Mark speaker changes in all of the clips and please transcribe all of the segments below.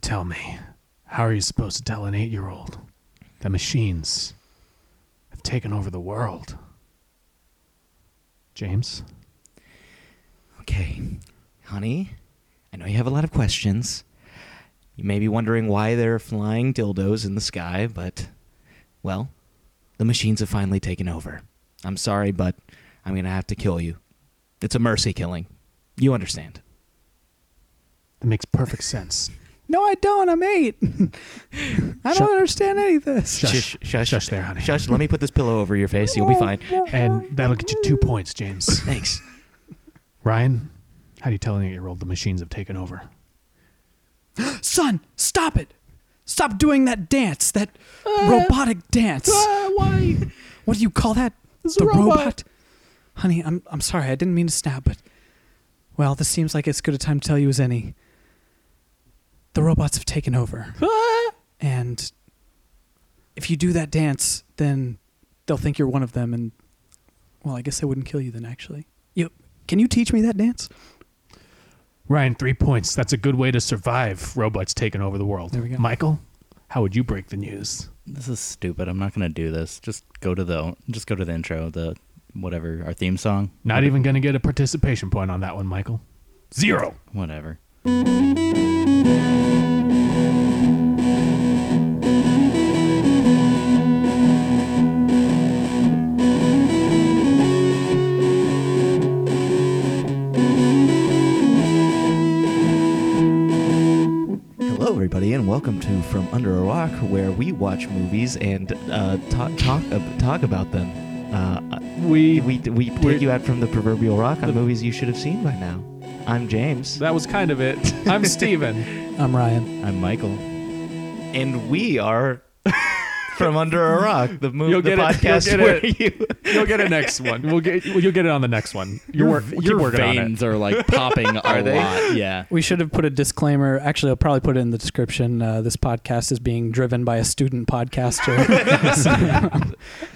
Speaker 1: Tell me, how are you supposed to tell an eight year old that machines have taken over the world? James?
Speaker 2: Okay, honey, I know you have a lot of questions. You may be wondering why there are flying dildos in the sky, but, well, the machines have finally taken over. I'm sorry, but I'm going to have to kill you. It's a mercy killing. You understand.
Speaker 1: That makes perfect sense.
Speaker 3: No, I don't. I'm eight. I
Speaker 1: Shut-
Speaker 3: don't understand any of this.
Speaker 1: Shush, shush,
Speaker 2: shush.
Speaker 1: shush there, honey.
Speaker 2: Shush, let me put this pillow over your face. You'll be fine.
Speaker 1: And that'll get you two points, James.
Speaker 2: Thanks.
Speaker 1: Ryan, how do you tell an eight year old the machines have taken over?
Speaker 3: Son, stop it. Stop doing that dance, that robotic dance.
Speaker 1: Uh, why?
Speaker 3: What do you call that?
Speaker 1: It's a robot.
Speaker 3: Honey, I'm I'm sorry. I didn't mean to snap, but well, this seems like as good a time to tell you as any. The robots have taken over.
Speaker 1: Uh.
Speaker 3: and if you do that dance, then they'll think you're one of them and well, I guess they wouldn't kill you then actually. You can you teach me that dance?
Speaker 1: Ryan, three points. That's a good way to survive robots taking over the world.
Speaker 3: There we go.
Speaker 1: Michael, how would you break the news?
Speaker 4: This is stupid. I'm not gonna do this. Just go to the just go to the intro, the whatever our theme song.
Speaker 1: Not even going to get a participation point on that one, Michael. Zero.
Speaker 4: Whatever.
Speaker 2: Hello, everybody, and welcome to From Under a Rock, where we watch movies and uh, talk talk ab- talk about them. Uh,
Speaker 1: We,
Speaker 2: we we
Speaker 1: We're-
Speaker 2: take you out from the proverbial rock on movies you should have seen by now. I'm James,
Speaker 1: That was kind of it. I'm Steven.
Speaker 3: I'm Ryan.
Speaker 4: I'm Michael.
Speaker 2: and we are from under a rock. The movie,
Speaker 1: You'll
Speaker 2: the
Speaker 1: get it,
Speaker 2: podcast
Speaker 1: you'll get
Speaker 2: where
Speaker 1: it.
Speaker 2: you.
Speaker 1: You'll get a next one. We'll get you'll get it on the next one. You're work, keep
Speaker 4: your
Speaker 1: working on it.
Speaker 4: veins are like popping a
Speaker 2: they?
Speaker 4: lot. Yeah.
Speaker 3: We should have put a disclaimer. Actually, I'll probably put it in the description. Uh, this podcast is being driven by a student podcaster.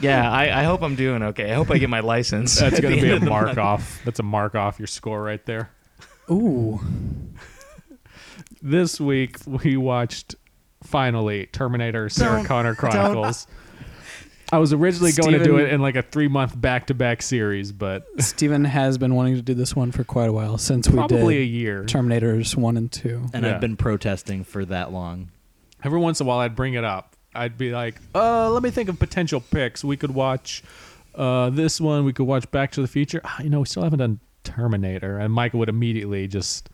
Speaker 2: Yeah, I, I hope I'm doing okay. I hope I get my license.
Speaker 1: That's
Speaker 2: at
Speaker 1: going
Speaker 2: the
Speaker 1: to be
Speaker 2: end
Speaker 1: a
Speaker 2: of the
Speaker 1: mark
Speaker 2: month.
Speaker 1: off. That's a mark off your score right there.
Speaker 3: Ooh,
Speaker 1: This week we watched finally Terminator Sarah Connor Chronicles. I was originally going to do
Speaker 3: Steven-
Speaker 1: it in like a 3 month back to back series, but
Speaker 3: Steven has been wanting to do this one for quite a while since we
Speaker 1: probably a
Speaker 3: did
Speaker 1: year.
Speaker 3: Terminators one and two.
Speaker 4: And
Speaker 1: Yeah.
Speaker 4: I've been protesting for that long.
Speaker 1: every once in a while I'd bring it up. I'd be like, uh, let me think of potential picks. We could watch uh, this one. We could watch Back to the Future. Ah, you know, we still haven't done Terminator. And Michael would immediately just,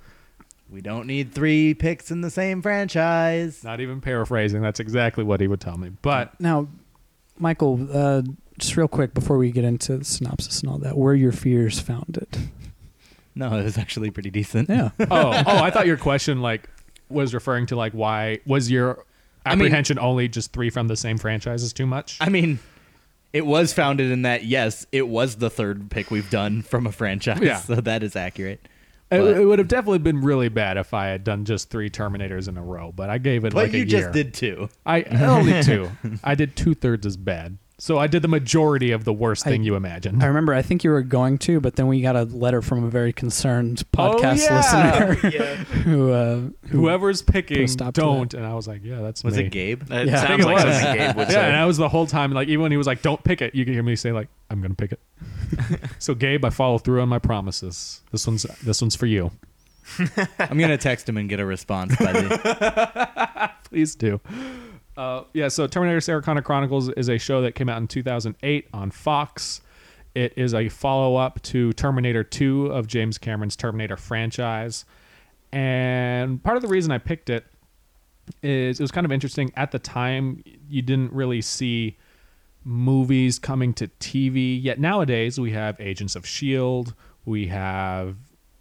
Speaker 4: We don't need three picks in the same franchise.
Speaker 1: not even paraphrasing, that's exactly what he would tell me. But
Speaker 3: Now, Michael, uh, just real quick before we get into the synopsis and all that, where your fears founded?
Speaker 4: No, it was actually pretty decent.
Speaker 3: Yeah,
Speaker 1: oh, oh, I thought your question like was referring to like why was your
Speaker 4: I mean-
Speaker 1: apprehension only just three from the same franchise is too much?
Speaker 4: I mean, it was founded in that, yes, it was the third pick we've done from a franchise.
Speaker 1: Yeah.
Speaker 4: So that is accurate.
Speaker 1: It-
Speaker 4: But,
Speaker 1: it, would have definitely been really bad if I had done just three Terminators in a row, but I gave it
Speaker 4: but
Speaker 1: like a
Speaker 4: you
Speaker 1: year.
Speaker 4: just did two.
Speaker 1: I only two. I did two thirds as bad. So I did the majority of the worst thing
Speaker 3: I-
Speaker 1: you imagined.
Speaker 3: I remember. I think you were going to, but then we got a letter from a very concerned
Speaker 1: Oh,
Speaker 3: podcast
Speaker 1: yeah.
Speaker 3: listener who, uh, who
Speaker 1: Whoever's picking,
Speaker 3: Put a stop to
Speaker 1: don't. And I was like, yeah, that's
Speaker 4: Was
Speaker 1: me.
Speaker 4: it Gabe?
Speaker 2: It
Speaker 3: Yeah.
Speaker 2: sounds
Speaker 1: I think
Speaker 2: like
Speaker 1: it was.
Speaker 2: something Gabe would
Speaker 1: Yeah, and
Speaker 2: say.
Speaker 1: I was the whole time like, even when he was like, "Don't pick it," you could hear me say like, "I'm gonna pick it." so Gabe, I follow through on my promises. This one's this one's for you.
Speaker 4: I'm going to text him and get a response by the.
Speaker 1: Please do. Uh, yeah, so Terminator Sarah Connor Chronicles is a show that came out in 2008 on Fox. It is a follow up to Terminator 2 of James Cameron's Terminator franchise. And part of the reason I picked it is it was kind of interesting. At the time, you didn't really see movies coming to TV. Yet nowadays we have Agents of Shield, E we have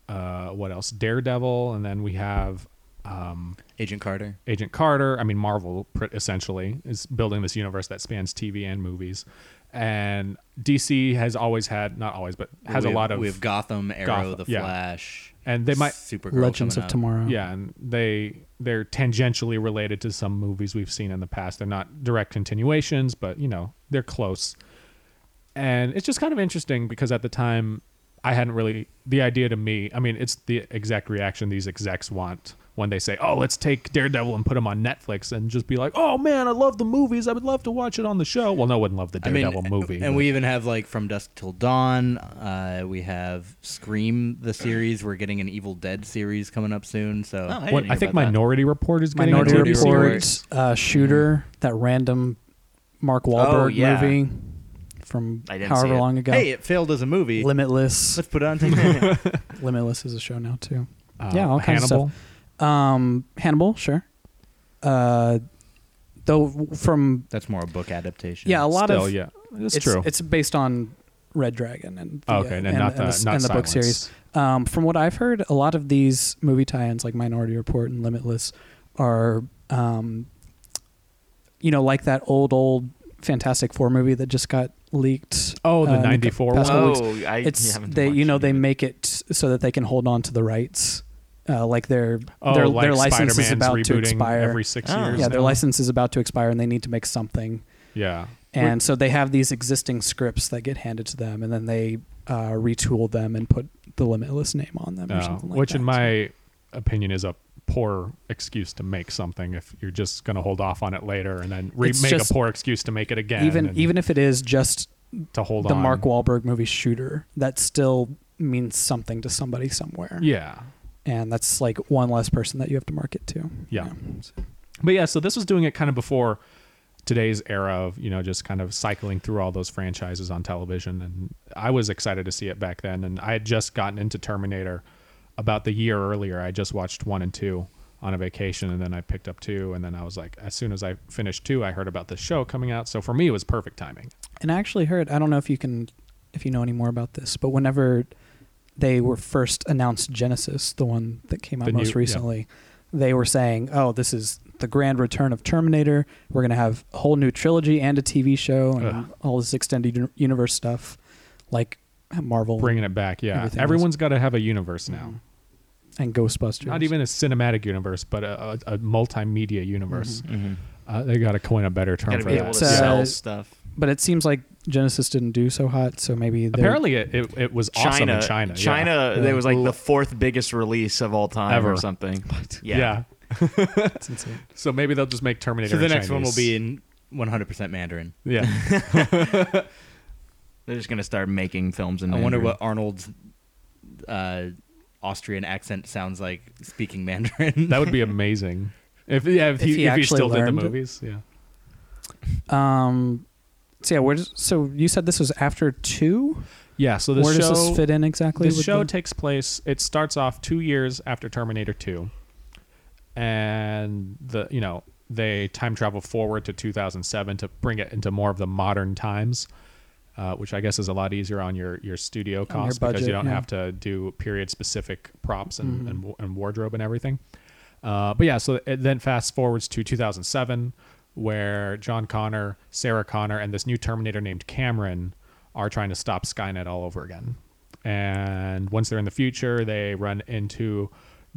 Speaker 1: uh, what else? Daredevil, and then we have um,
Speaker 4: Agent Carter.
Speaker 1: Agent Carter. I mean, Marvel pr- essentially is building this universe that spans TV and movies. And DC has always had, not always, but has a
Speaker 4: We have-
Speaker 1: lot of.
Speaker 4: We have Gotham, Arrow,
Speaker 1: Gotham,
Speaker 4: The
Speaker 1: yeah.
Speaker 4: Flash.
Speaker 1: and they might,
Speaker 4: Supergirl.
Speaker 3: Legends of
Speaker 4: coming up.
Speaker 3: Tomorrow.
Speaker 1: yeah, and they they're tangentially related to some movies we've seen in the past. They're not direct continuations, but you know they're close. And it's just kind of interesting because at the time, I hadn't really the idea to me. I mean, it's the exact reaction these execs want when they say, "Oh, let's take Daredevil and put him on Netflix," and just be like, "Oh man, I love the movies. I would love to watch it on the show." Well, no one loved the Daredevil movie, but-
Speaker 4: and we even have like From Dusk Till Dawn. Uh, we have Scream the series. We're getting an Evil Dead series coming up soon. So
Speaker 2: Oh, I
Speaker 1: What,
Speaker 2: didn't
Speaker 1: I
Speaker 2: hear
Speaker 1: think
Speaker 2: about that.
Speaker 1: Minority Report is getting
Speaker 3: Minority
Speaker 1: a TV
Speaker 4: Minority
Speaker 1: series.
Speaker 3: Report, uh, Shooter, that random Mark Wahlberg
Speaker 2: Oh, yeah.
Speaker 3: movie from
Speaker 2: I didn't see
Speaker 3: however
Speaker 2: it.
Speaker 3: long ago.
Speaker 4: hey, it failed as a movie.
Speaker 3: Limitless.
Speaker 4: Let's put it on TV.
Speaker 3: Limitless is a show now too.
Speaker 1: Uh,
Speaker 3: Yeah, all kinds of
Speaker 1: Hannibal.
Speaker 3: Um, Hannibal, sure. Uh, though from
Speaker 4: That's more a book adaptation.
Speaker 3: yeah, a lot
Speaker 1: Still,
Speaker 3: of
Speaker 1: yeah, it's,
Speaker 3: it's
Speaker 1: true.
Speaker 3: It's based on Red Dragon and the,
Speaker 1: Oh, okay,
Speaker 3: uh,
Speaker 1: and,
Speaker 3: and,
Speaker 1: not the,
Speaker 3: and the,
Speaker 1: not
Speaker 3: and the book
Speaker 1: Silence.
Speaker 3: series. Um, from what I've heard, a lot of these movie tie-ins, like Minority Report and Limitless, are um, you know like that old old Fantastic Four movie that just got leaked.
Speaker 1: Oh, the
Speaker 3: uh, in cou-
Speaker 1: '94 one.
Speaker 3: past couple
Speaker 1: Oh,
Speaker 3: weeks.
Speaker 2: I
Speaker 3: It's
Speaker 2: haven't
Speaker 3: they you
Speaker 2: watched
Speaker 3: know
Speaker 2: it
Speaker 3: they
Speaker 2: yet.
Speaker 3: make it so that they can hold on to the rights, uh, like their
Speaker 1: Oh,
Speaker 3: their
Speaker 1: like
Speaker 3: their license
Speaker 1: Spider-Man's
Speaker 3: is about
Speaker 1: rebooting
Speaker 3: to expire.
Speaker 1: every six
Speaker 2: Oh.
Speaker 1: years.
Speaker 3: yeah, their
Speaker 1: now.
Speaker 3: license is about to expire, and they need to make something.
Speaker 1: Yeah,
Speaker 3: And so they have these existing scripts that get handed to them, and then they uh, retool them and put the Limitless name on them, or
Speaker 1: Uh,
Speaker 3: something like
Speaker 1: which
Speaker 3: that.
Speaker 1: in my opinion is a poor excuse to make something if you're just going to hold off on it later and then re-
Speaker 3: It's
Speaker 1: make
Speaker 3: just-
Speaker 1: a poor excuse to make it again.
Speaker 3: even
Speaker 1: and
Speaker 3: even if it is just
Speaker 1: to hold
Speaker 3: the
Speaker 1: on.
Speaker 3: Mark Wahlberg movie Shooter, that still means something to somebody somewhere,
Speaker 1: Yeah.
Speaker 3: and that's like one less person that you have to market to.
Speaker 1: Yeah. But yeah, so this was doing it kind of before today's era of, you know, just kind of cycling through all those franchises on television. And I was excited to see it back then. And I had just gotten into Terminator about the year earlier. I just watched one and two on a vacation and then I picked up two. And then I was like, as soon as I finished two, I heard about this show coming out. So for me, it was perfect timing.
Speaker 3: And I actually heard I don't know if you can if you know any more about this, but whenever they were first announced Genesis, the one that came out
Speaker 1: The new-
Speaker 3: most
Speaker 1: yeah.
Speaker 3: recently, they were saying, "Oh, this is the grand return of Terminator. We're going to have a whole new trilogy and a TV show and
Speaker 1: Ugh.
Speaker 3: all this extended uni- universe stuff like Marvel
Speaker 1: Bringing it back. Yeah.
Speaker 3: Oh, Everything was- Mm-hmm.
Speaker 1: Everyone's got to have a universe now.
Speaker 3: and Ghostbusters."
Speaker 1: Not even a cinematic universe, but a, a, a multimedia universe. Uh, they got to coin a better term
Speaker 2: Mm-hmm. Gotta
Speaker 1: for
Speaker 2: be
Speaker 1: that.
Speaker 2: able to
Speaker 3: Mm-hmm. It's, uh,
Speaker 2: sell stuff.
Speaker 3: But it seems like Genesis didn't do so hot, so maybe they're-
Speaker 1: Apparently, it, it, it was awesome in China. yeah.
Speaker 2: China,
Speaker 3: Yeah.
Speaker 2: it was like the fourth biggest release of all time
Speaker 1: Ever.
Speaker 2: or something.
Speaker 1: Yeah.
Speaker 2: Yeah.
Speaker 3: it's insane.
Speaker 1: So maybe they'll just make Terminator.
Speaker 4: So the
Speaker 1: in
Speaker 4: next one will be
Speaker 1: Chinese.
Speaker 4: in 100% Mandarin.
Speaker 1: Yeah.
Speaker 2: They're just going to start making films in
Speaker 4: I wonder
Speaker 2: Mandarin.
Speaker 4: what Arnold's uh, Austrian accent sounds like speaking Mandarin.
Speaker 1: that would be amazing. If yeah, if,
Speaker 3: If
Speaker 1: he,
Speaker 3: he
Speaker 1: if he
Speaker 3: actually
Speaker 1: still did the
Speaker 3: learned.
Speaker 1: movies, yeah.
Speaker 3: Um so yeah, where does, so you said this was after 2?
Speaker 1: Yeah. So this
Speaker 3: Where
Speaker 1: show
Speaker 3: does this fit in exactly?
Speaker 1: this
Speaker 3: with
Speaker 1: show
Speaker 3: the-
Speaker 1: takes place. It starts off two years after Terminator Two, and the you know they time travel forward to 2007 to bring it into more of the modern times, uh, which I guess is a lot easier on your your studio costs because you
Speaker 3: budget,
Speaker 1: don't
Speaker 3: yeah.
Speaker 1: have to do period specific props and, and wa- and wardrobe and everything. Uh, but yeah, so it then fast forwards to 2007, where John Connor, Sarah Connor, and this new Terminator named Cameron are trying to stop Skynet all over again. And once they're in the future, they run into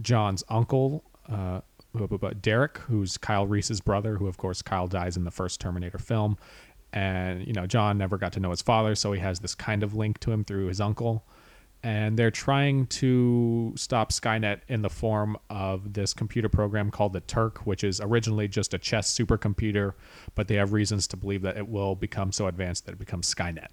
Speaker 1: John's uncle, uh, bu- bu- bu- Derek, who's Kyle Reese's brother, who, of course, Kyle dies in the first Terminator film. And, you know, John never got to know his father, so he has this kind of link to him through his uncle and they're trying to stop Skynet in the form of this computer program called the Turk, which is originally just a chess supercomputer, but they have reasons to believe that it will become so advanced that it becomes Skynet.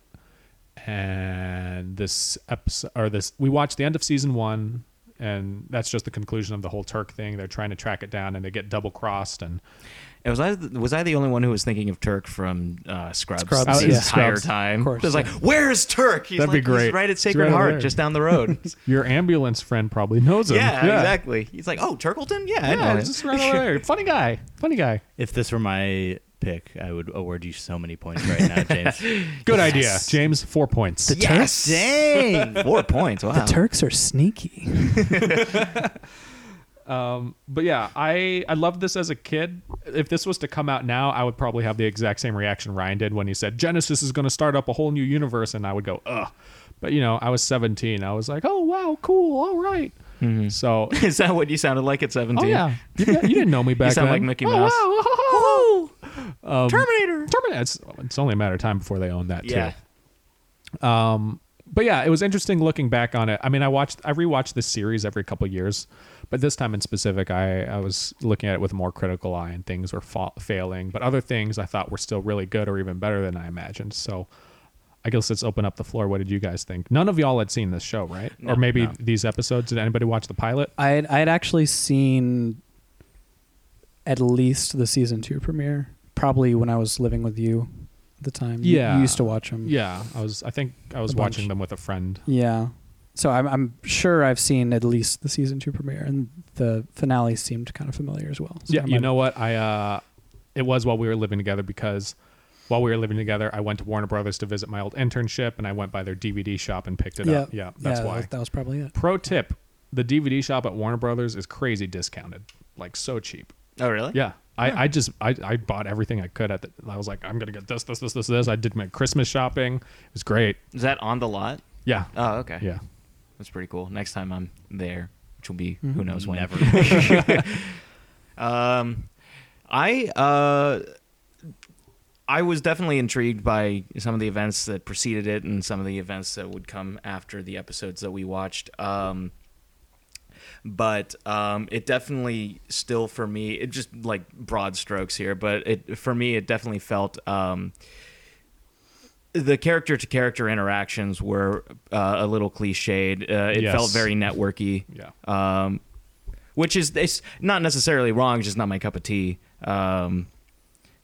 Speaker 1: And this episode, or this, we watched the end of season one, and that's just the conclusion of the whole Turk thing. They're trying to track it down, and they get double crossed, and
Speaker 2: And Was I was I the only one who was thinking of Turk from uh, Scrubs,
Speaker 3: Scrubs,
Speaker 2: this
Speaker 1: Oh, yeah.
Speaker 2: entire
Speaker 1: Scrubs.
Speaker 2: time?
Speaker 3: Of course,
Speaker 2: I was like, "Where's Turk? He's
Speaker 1: That'd be
Speaker 2: like, he's
Speaker 1: great.
Speaker 2: right at
Speaker 1: He's
Speaker 2: Sacred
Speaker 1: right over
Speaker 2: Heart,
Speaker 1: there.
Speaker 2: just down the road."
Speaker 1: your ambulance friend probably knows him.
Speaker 2: yeah, exactly. He's like, "Oh, Turkleton? Yeah, I
Speaker 1: Yeah,
Speaker 2: know him."
Speaker 1: just right over there. Funny guy. Funny guy.
Speaker 4: if this were my pick, I would award you so many points right now, James.
Speaker 1: Good idea. James, four points.
Speaker 2: Yes, dang, four points. Wow,
Speaker 3: Turks are sneaky.
Speaker 1: but yeah, I I loved this as a kid. If this was to come out now, I would probably have the exact same reaction Ryan did when he said Genesis is going to start up a whole new universe, and I would go ugh. But you know, I was 17. I was like, oh wow, cool, all right.
Speaker 2: Mm-hmm.
Speaker 1: So,
Speaker 2: is that what you sounded like at
Speaker 1: oh
Speaker 2: seventeen?
Speaker 1: yeah, you, you didn't know me back
Speaker 2: sound
Speaker 1: then.
Speaker 2: like Mickey
Speaker 1: Oh, wow.
Speaker 2: Mouse.
Speaker 1: Terminator.
Speaker 2: Um, Terminator.
Speaker 1: Terminator. It's, it's only a matter of time before they own that
Speaker 2: Yeah,
Speaker 1: too. Um, but yeah, it was interesting looking back on it. I mean, I watched, I rewatched this series every couple years, but this time in specific, I, I was looking at it with a more critical eye, and things were fa- failing, but other things I thought were still really good or even better than I imagined. So, I guess let's open up the floor. What did you guys think? None of y'all had seen this show, right? or maybe these episodes. Did anybody watch the pilot?
Speaker 3: I had, I had actually seen at least the season two premiere, probably when I was living with you at the time. You-
Speaker 1: Yeah.
Speaker 3: you, used to watch them.
Speaker 1: Yeah, I was. I think I was
Speaker 3: Mm. A bunch.
Speaker 1: watching them with a friend.
Speaker 3: yeah. So I'm I'm sure I've seen at least the season two premiere, and the finale seemed kind of familiar as well. So
Speaker 1: yeah,
Speaker 3: I
Speaker 1: you
Speaker 3: might-
Speaker 1: know what? I uh, it was while we were living together because while we were living together, I went to Warner Brothers to visit my old internship, and I went by their DVD shop and picked it
Speaker 3: Yeah,
Speaker 1: up. Yeah, that's
Speaker 3: yeah,
Speaker 1: why.
Speaker 3: That, that was probably it.
Speaker 1: Pro tip: the DVD shop at Warner Brothers is crazy discounted, like so cheap.
Speaker 2: Oh, really?
Speaker 1: Yeah. I, I just I, I bought everything I could at the I was like I'm gonna get this this this this this I did my Christmas shopping it was great
Speaker 2: Is that on the lot?
Speaker 1: yeah
Speaker 2: Oh, okay.
Speaker 1: yeah
Speaker 2: That's pretty cool. Next time I'm there, which will be
Speaker 1: Mm-hmm.
Speaker 2: who knows when. um, I uh, I was definitely intrigued by some of the events that preceded it and some of the events that would come after the episodes that we watched. Um, but um, it definitely still for me it just like broad strokes here but it for me it definitely felt um, the character to character interactions were uh, a little cliched uh, it
Speaker 1: Yes.
Speaker 2: felt very networky
Speaker 1: yeah
Speaker 2: um, which is it's not necessarily wrong, it's just not my cup of tea. Um,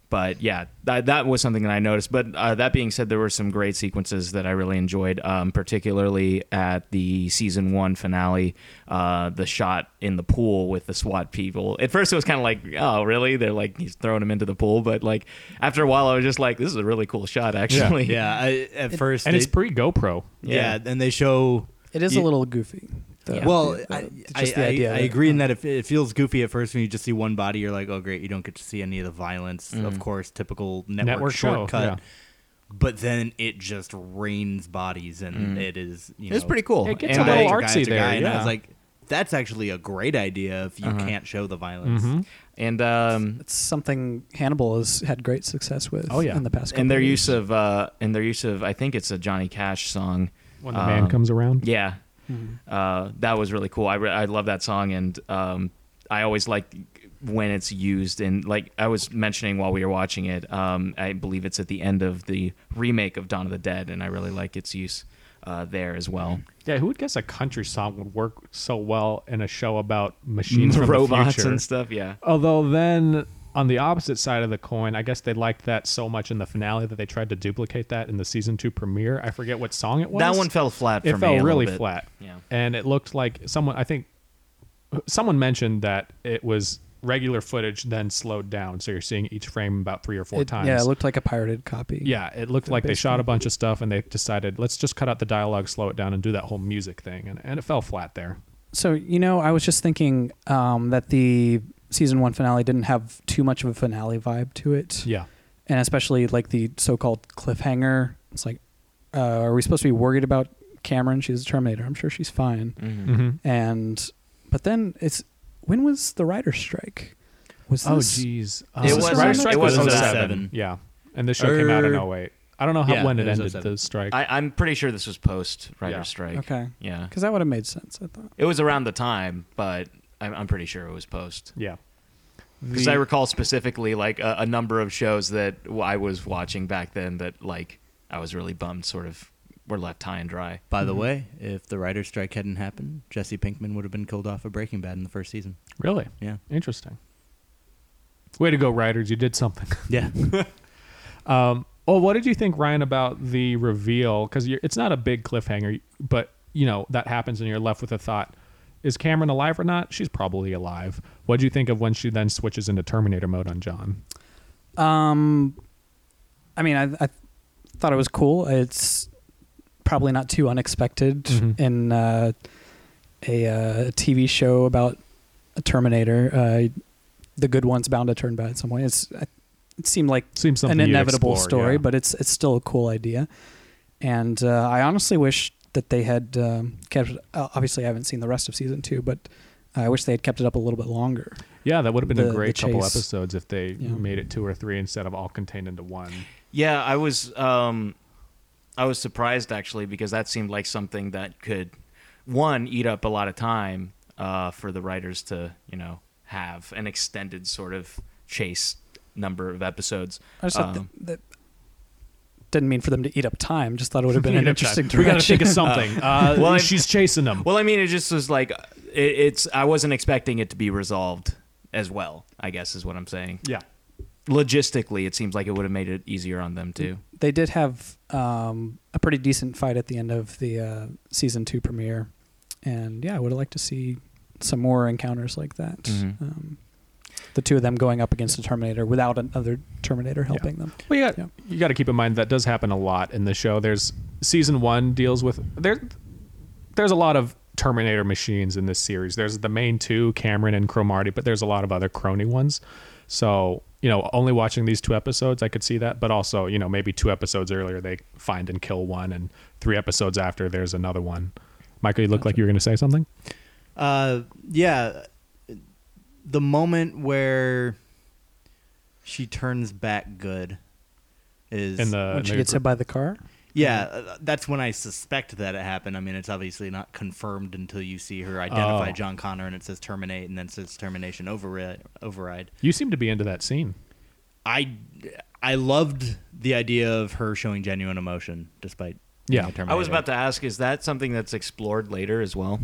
Speaker 2: but yeah, that, that was something that I noticed. But uh, that being said, there were some great sequences that I really enjoyed, um, particularly at the season one finale, uh, the shot in the pool with the SWAT people. At first, it was kind of like, oh, really? They're like, he's throwing him into the pool. But like, after a while, I was just like, this is a really cool shot, actually.
Speaker 4: yeah, I, at first,
Speaker 1: and
Speaker 4: they-
Speaker 1: it's pre GoPro
Speaker 4: yeah,
Speaker 2: yeah.
Speaker 4: and they show.
Speaker 3: It is
Speaker 4: you-
Speaker 3: a little goofy. though.
Speaker 4: Well,
Speaker 3: The-
Speaker 4: I,
Speaker 3: the-
Speaker 4: I, I, I
Speaker 3: that-
Speaker 4: agree in that it, it feels goofy at first when you just see one body. You're like, oh great, you don't get to see any of the violence.
Speaker 2: Mm.
Speaker 4: Of course, typical network,
Speaker 1: Network show,
Speaker 4: shortcut.
Speaker 1: yeah.
Speaker 4: But then it just rains bodies, and it is you know
Speaker 2: Mm. It's pretty cool.
Speaker 1: It gets
Speaker 2: And
Speaker 1: a
Speaker 2: I-
Speaker 1: little
Speaker 4: guy
Speaker 1: artsy
Speaker 4: after
Speaker 1: there,
Speaker 4: guy, And I
Speaker 1: yeah.
Speaker 4: was like, that's actually a great idea if you
Speaker 2: Uh-huh.
Speaker 4: can't show the violence.
Speaker 1: Mhm.
Speaker 2: and um,
Speaker 3: It's something Hannibal has had great success with.
Speaker 1: Oh, yeah.
Speaker 3: in the past. Couple
Speaker 2: and their
Speaker 3: years.
Speaker 2: use of uh and their use of I think it's a Johnny Cash song.
Speaker 1: when the man
Speaker 2: Um,
Speaker 1: comes around
Speaker 2: Yeah,
Speaker 1: Mm-hmm.
Speaker 2: uh, that was really cool. I re- I love that song, and um, I always like when it's used. And like I was mentioning while we were watching it, um, I believe it's at the end of the remake of Dawn of the Dead, and I really like its use uh, there as well.
Speaker 1: Yeah, who would guess a country song would work so well in a show about machines from the
Speaker 2: Robots
Speaker 1: future?
Speaker 2: and stuff. Yeah,
Speaker 1: Although then on the opposite side of the coin, I guess they liked that so much in the finale that they tried to duplicate that in the season two premiere. I forget what song it was.
Speaker 2: that one fell flat. For
Speaker 1: it
Speaker 2: me
Speaker 1: fell
Speaker 2: a little
Speaker 1: really
Speaker 2: bit.
Speaker 1: flat.
Speaker 2: Yeah.
Speaker 1: And it looked like someone I think someone mentioned that it was regular footage then slowed down, so you're seeing each frame about three or four
Speaker 3: It-
Speaker 1: times.
Speaker 3: Yeah, it looked like a pirated copy.
Speaker 1: Yeah, it looked like they shot a bunch of stuff and they decided let's just cut out the dialogue, slow it down, and do that whole music thing, and, and it fell flat there.
Speaker 3: So you know, I was just thinking um, that the season one finale didn't have too much of a finale vibe to it,
Speaker 1: Yeah,
Speaker 3: and especially like the so-called cliffhanger. It's like, uh, are we supposed to be worried about Cameron? She's a Terminator. I'm sure she's fine.
Speaker 2: Mhm.
Speaker 1: mm-hmm.
Speaker 3: And but then it's when was the writer strike? Was
Speaker 1: Oh
Speaker 3: this?
Speaker 1: jeez,
Speaker 3: It
Speaker 1: Uh,
Speaker 3: was-
Speaker 1: Writer
Speaker 3: it
Speaker 1: Strike
Speaker 2: was
Speaker 1: 07.
Speaker 4: 07.
Speaker 1: Yeah, and this show came out in
Speaker 4: Er,
Speaker 1: 08. I don't know how
Speaker 4: yeah,
Speaker 1: when it,
Speaker 4: it was
Speaker 1: ended
Speaker 4: 07.
Speaker 1: the strike.
Speaker 2: I, I'm pretty sure this was post writer
Speaker 1: Yeah.
Speaker 2: strike.
Speaker 3: Okay,
Speaker 2: Yeah,
Speaker 3: because that would have made sense. I thought.
Speaker 2: it was around the time, but I'm, I'm pretty sure it was post.
Speaker 1: yeah,
Speaker 2: because
Speaker 1: The-
Speaker 2: I recall specifically like a, a number of shows that w- I was watching back then that like I was really bummed, sort of were left high and dry.
Speaker 4: By the way, if the writer's strike hadn't happened, Jesse Pinkman would have been killed off of Breaking Bad in the first season.
Speaker 1: really
Speaker 4: Yeah.
Speaker 1: interesting. Way to go, writers! You did something.
Speaker 4: Yeah.
Speaker 1: Um, oh, what did you think, Ryan, about the reveal? Because it's not a big cliffhanger, but you know that happens, and you're left with a thought: Is Cameron alive or not? She's probably alive. What do you think of when she then switches into Terminator mode on John?
Speaker 3: Um, I mean, I, I thought it was cool. It's probably not too unexpected
Speaker 1: Mhm.
Speaker 3: in uh, a uh, TV show about a Terminator. Uh, the good one's bound to turn bad at some point. It's I- it seemed like
Speaker 1: Seems something
Speaker 3: an
Speaker 1: you'd
Speaker 3: inevitable
Speaker 1: explore,
Speaker 3: story,
Speaker 1: yeah.
Speaker 3: but it's it's still a cool idea. And uh, I honestly wish that they had um, kept. uh, Obviously, I haven't seen the rest of season two, but I wish they had kept it up a little bit longer.
Speaker 1: yeah, that would have been
Speaker 3: the-
Speaker 1: a
Speaker 3: the
Speaker 1: great couple
Speaker 3: chase.
Speaker 1: episodes if they
Speaker 3: Yeah.
Speaker 1: made it two or three instead of all contained into one.
Speaker 2: Yeah, I was. Um, I was surprised actually because that seemed like something that could one eat up a lot of time uh, for the writers to you know have an extended sort of chase number of episodes.
Speaker 3: I just thought
Speaker 2: Um,
Speaker 3: that, that didn't mean for them to eat up time. Just thought it would have been an interesting
Speaker 1: We got to
Speaker 3: direction.
Speaker 1: think of something. Uh,
Speaker 2: Well, I-
Speaker 1: she's chasing them.
Speaker 2: Well, I mean, it just was like it, it's. I wasn't expecting it to be resolved as well. I guess is what I'm saying.
Speaker 1: yeah.
Speaker 2: Logistically, it seems like it would have made it easier on them too.
Speaker 3: they did have um, a pretty decent fight at the end of the uh, season two premiere, and yeah, I would have liked to see some more encounters like that.
Speaker 2: Mhm.
Speaker 3: Um, the two of them going up against a Terminator without another Terminator helping them.
Speaker 1: Well, you got
Speaker 3: Yeah.
Speaker 1: you got to keep in mind that does happen a lot in the show. There's season one deals with there. There's a lot of Terminator machines in this series. There's the main two, Cameron and Cromarty, but there's a lot of other crony ones. So you know, only watching these two episodes, I could see that. But also, you know, maybe two episodes earlier they find and kill one, and three episodes after there's another one. Michael, you look like you were going to say something.
Speaker 4: Uh, yeah, the moment where she turns back good is
Speaker 1: In the
Speaker 3: when she
Speaker 1: in the
Speaker 3: gets hit by the car,
Speaker 4: yeah. uh, That's when I suspect that it happened. I mean, it's obviously not confirmed until you see her identify
Speaker 1: Oh.
Speaker 4: John Connor and it says terminate and then says termination override. Override.
Speaker 1: you seem to be into that scene.
Speaker 4: I I loved the idea of her showing genuine emotion despite.
Speaker 1: Yeah.
Speaker 4: being a
Speaker 2: I was
Speaker 4: Terminator.
Speaker 2: about to ask: Is that something that's explored later as well?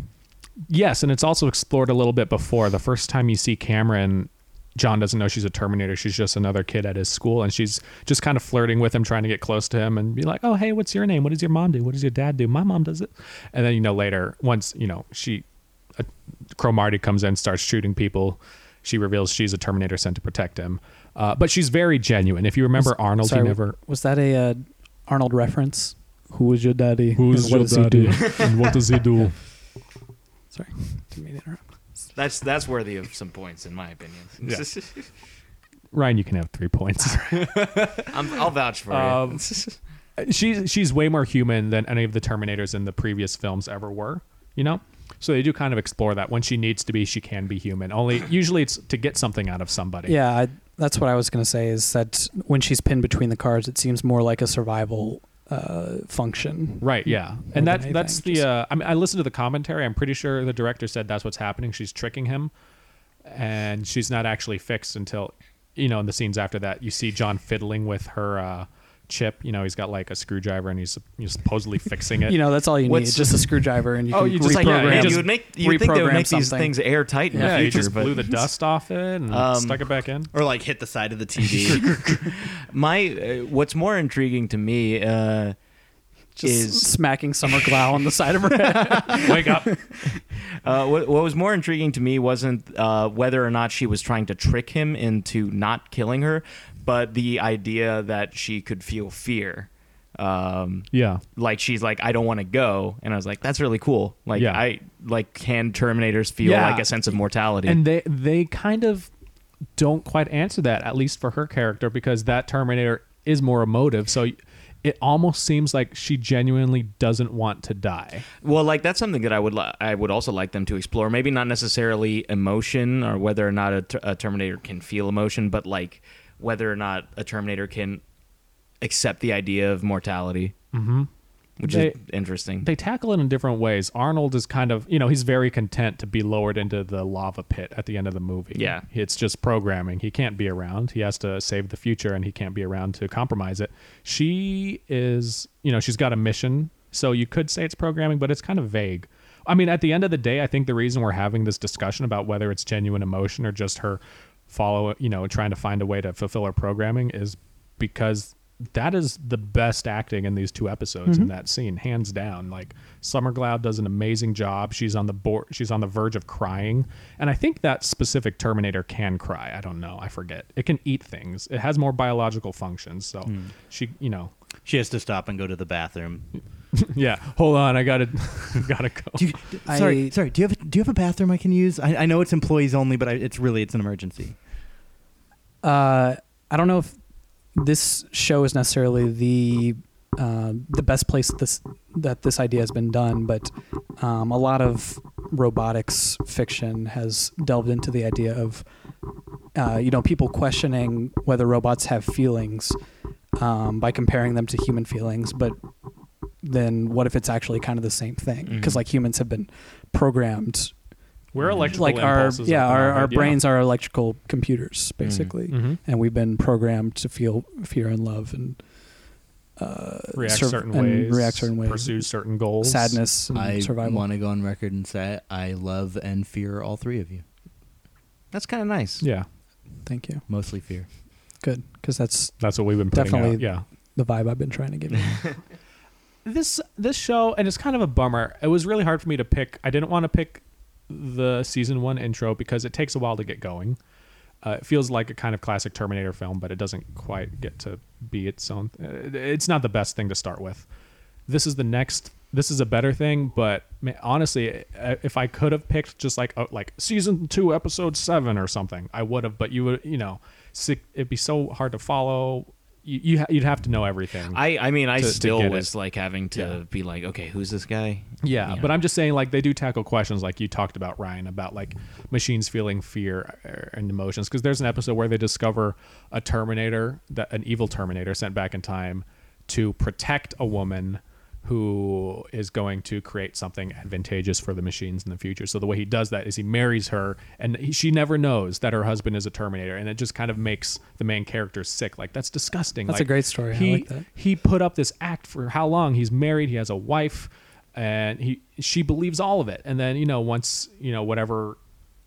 Speaker 1: Yes, and it's also explored a little bit before. The first time you see Cameron, John doesn't know she's a Terminator. She's just another kid at his school, and she's just kind of flirting with him, trying to get close to him, and be like, "Oh, hey, what's your name? What does your mom do? What does your dad do? My mom does it." And then you know later, once you know she, uh, Cromarty comes in, starts shooting people. She reveals she's a Terminator sent to protect him, uh, but she's very genuine. If you remember Arnold,
Speaker 3: Sorry,
Speaker 1: he never.
Speaker 3: was that a uh, Arnold reference? Who is your daddy? and what does he do?
Speaker 1: and what does he do?
Speaker 3: Sorry, didn't mean to interrupt.
Speaker 2: That's that's worthy of some points, in my opinion.
Speaker 1: Yeah. Ryan, you can have three points.
Speaker 2: I'm, I'll vouch for
Speaker 1: Um,
Speaker 2: you.
Speaker 1: she's she's way more human than any of the Terminators in the previous films ever were. You know, so they do kind of explore that when she needs to be, she can be human. Only usually it's to get something out of somebody.
Speaker 3: Yeah, I, that's what I was gonna say. Is that when she's pinned between the cars, it seems more like a survival uh, function.
Speaker 1: Right, yeah,
Speaker 3: than
Speaker 1: and that
Speaker 3: anything,
Speaker 1: that's the.
Speaker 3: just-
Speaker 1: Uh, I mean, I listened to the commentary. I'm pretty sure the director said that's what's happening. She's tricking him, and she's not actually fixed until, you know, in the scenes after that, you see John fiddling with her uh, chip. You know, he's got like a screwdriver, and he's, he's supposedly fixing it.
Speaker 3: You know, that's all you need.
Speaker 2: What's-
Speaker 3: Just a screwdriver, and you
Speaker 2: Oh,
Speaker 3: can
Speaker 2: you just like
Speaker 3: reprogram.
Speaker 2: yeah,
Speaker 1: just
Speaker 2: you would make you would think they would
Speaker 3: reprogram
Speaker 2: make these
Speaker 3: something.
Speaker 2: things airtight in
Speaker 1: yeah,
Speaker 2: the
Speaker 1: he
Speaker 2: future,
Speaker 1: just
Speaker 2: but
Speaker 1: blew the dust off it and
Speaker 2: Um,
Speaker 1: stuck it back in.
Speaker 4: or like hit the side of the TV.
Speaker 2: my uh, what's more intriguing to me uh,
Speaker 3: just
Speaker 2: is
Speaker 3: smacking Summer Glau on the side of her head.
Speaker 1: Wake up.
Speaker 2: Uh, what, what was more intriguing to me wasn't uh, whether or not she was trying to trick him into not killing her, but the idea that she could feel fear. Um,
Speaker 1: Yeah.
Speaker 2: like she's like, I don't want to go, and I was like, that's really cool. Like
Speaker 1: Yeah.
Speaker 2: I like can Terminators feel
Speaker 1: Yeah.
Speaker 2: like a sense of mortality?
Speaker 1: And they they kind of don't quite answer that at least for her character because that Terminator is more emotive. So it almost seems like she genuinely doesn't want to die.
Speaker 2: Well, like that's something that I would li- I would also like them to explore. Maybe not necessarily emotion or whether or not a, ter- a Terminator can feel emotion, but like whether or not a Terminator can accept the idea of mortality. Mm-hmm. Which is
Speaker 1: They-
Speaker 2: interesting.
Speaker 1: They tackle it in different ways. Arnold is kind of, you know, he's very content to be lowered into the lava pit at the end of the movie.
Speaker 2: Yeah.
Speaker 1: It's just programming. He can't be around. He has to save the future and he can't be around to compromise it. She is, you know, she's got a mission. So you could say it's programming, but it's kind of vague. I mean, at the end of the day, I think the reason we're having this discussion about whether it's genuine emotion or just her follow, you know, trying to find a way to fulfill her programming is because that is the best acting in these two episodes
Speaker 3: Mhm.
Speaker 1: in that scene, hands down. Like Summer Glau does an amazing job. She's on the board. She's on the verge of crying, and I think that specific Terminator can cry. I don't know. I forget. It can eat things. It has more biological functions. So she, you know,
Speaker 4: she has to stop and go to the bathroom.
Speaker 1: yeah. Hold on, I gotta, gotta go.
Speaker 4: Do you,
Speaker 3: I-
Speaker 4: sorry, sorry. Do you have a, do you have a bathroom I can use? I, I know it's employees only, but I, it's really it's an emergency.
Speaker 3: Uh, I don't know if this show is necessarily the uh, the best place this that this idea has been done, but um, a lot of robotics fiction has delved into the idea of uh, you know people questioning whether robots have feelings um, by comparing them to human feelings, but then what if it's actually kind of the same thing?
Speaker 1: Mm-hmm.
Speaker 3: Because like humans have been programmed,
Speaker 1: We're electrical
Speaker 3: like our
Speaker 1: impulses
Speaker 3: yeah,
Speaker 1: at the
Speaker 3: our,
Speaker 1: moment,
Speaker 3: our
Speaker 1: yeah.
Speaker 3: brains are electrical computers basically,
Speaker 1: Mhm.
Speaker 3: and we've been programmed to feel fear and love and uh,
Speaker 1: react
Speaker 3: serve-
Speaker 1: certain
Speaker 3: and
Speaker 1: ways,
Speaker 3: react certain ways,
Speaker 1: pursue certain goals.
Speaker 3: sadness, and
Speaker 4: I
Speaker 3: survival.
Speaker 4: want to go on record and say I love and fear all three of you.
Speaker 2: That's kind of nice.
Speaker 1: Yeah,
Speaker 3: Thank you.
Speaker 4: Mostly fear.
Speaker 3: Good, because that's
Speaker 1: that's what we've been putting
Speaker 3: Definitely
Speaker 1: out. Yeah,
Speaker 3: the vibe I've been trying to give. you.
Speaker 1: this this show and it's kind of a bummer it was really hard for me to pick i didn't want to pick the season one intro because it takes a while to get going uh, it feels like a kind of classic terminator film but it doesn't quite get to be its own uh, it's not the best thing to start with this is the next this is a better thing but man, honestly uh, if i could have picked just like uh, like season 2 episode 7 or something i would have but you would you know sick, it'd be so hard to follow you, you ha- you'd have to know everything
Speaker 2: I, I mean, I
Speaker 1: To- to
Speaker 2: still
Speaker 1: get
Speaker 2: was
Speaker 1: it.
Speaker 2: like having to
Speaker 1: Yeah.
Speaker 2: be like, okay, who's this guy?
Speaker 1: Yeah,
Speaker 2: You
Speaker 1: but
Speaker 2: know.
Speaker 1: I'm just saying, like, they do tackle questions like you talked about, Ryan, about like machines feeling fear er, and emotions. Because there's an episode where they discover a Terminator, that an evil Terminator sent back in time to protect a woman who is going to create something advantageous for the machines in the future. So the way he does that is he marries her, and he, she never knows that her husband is a Terminator, and it just kind of makes the main character sick. Like that's disgusting.
Speaker 3: That's a
Speaker 1: Like,
Speaker 3: great story. I
Speaker 1: He
Speaker 3: like that.
Speaker 1: he put up this act for how long he's married he has a wife and he she believes all of it and then you know once you know whatever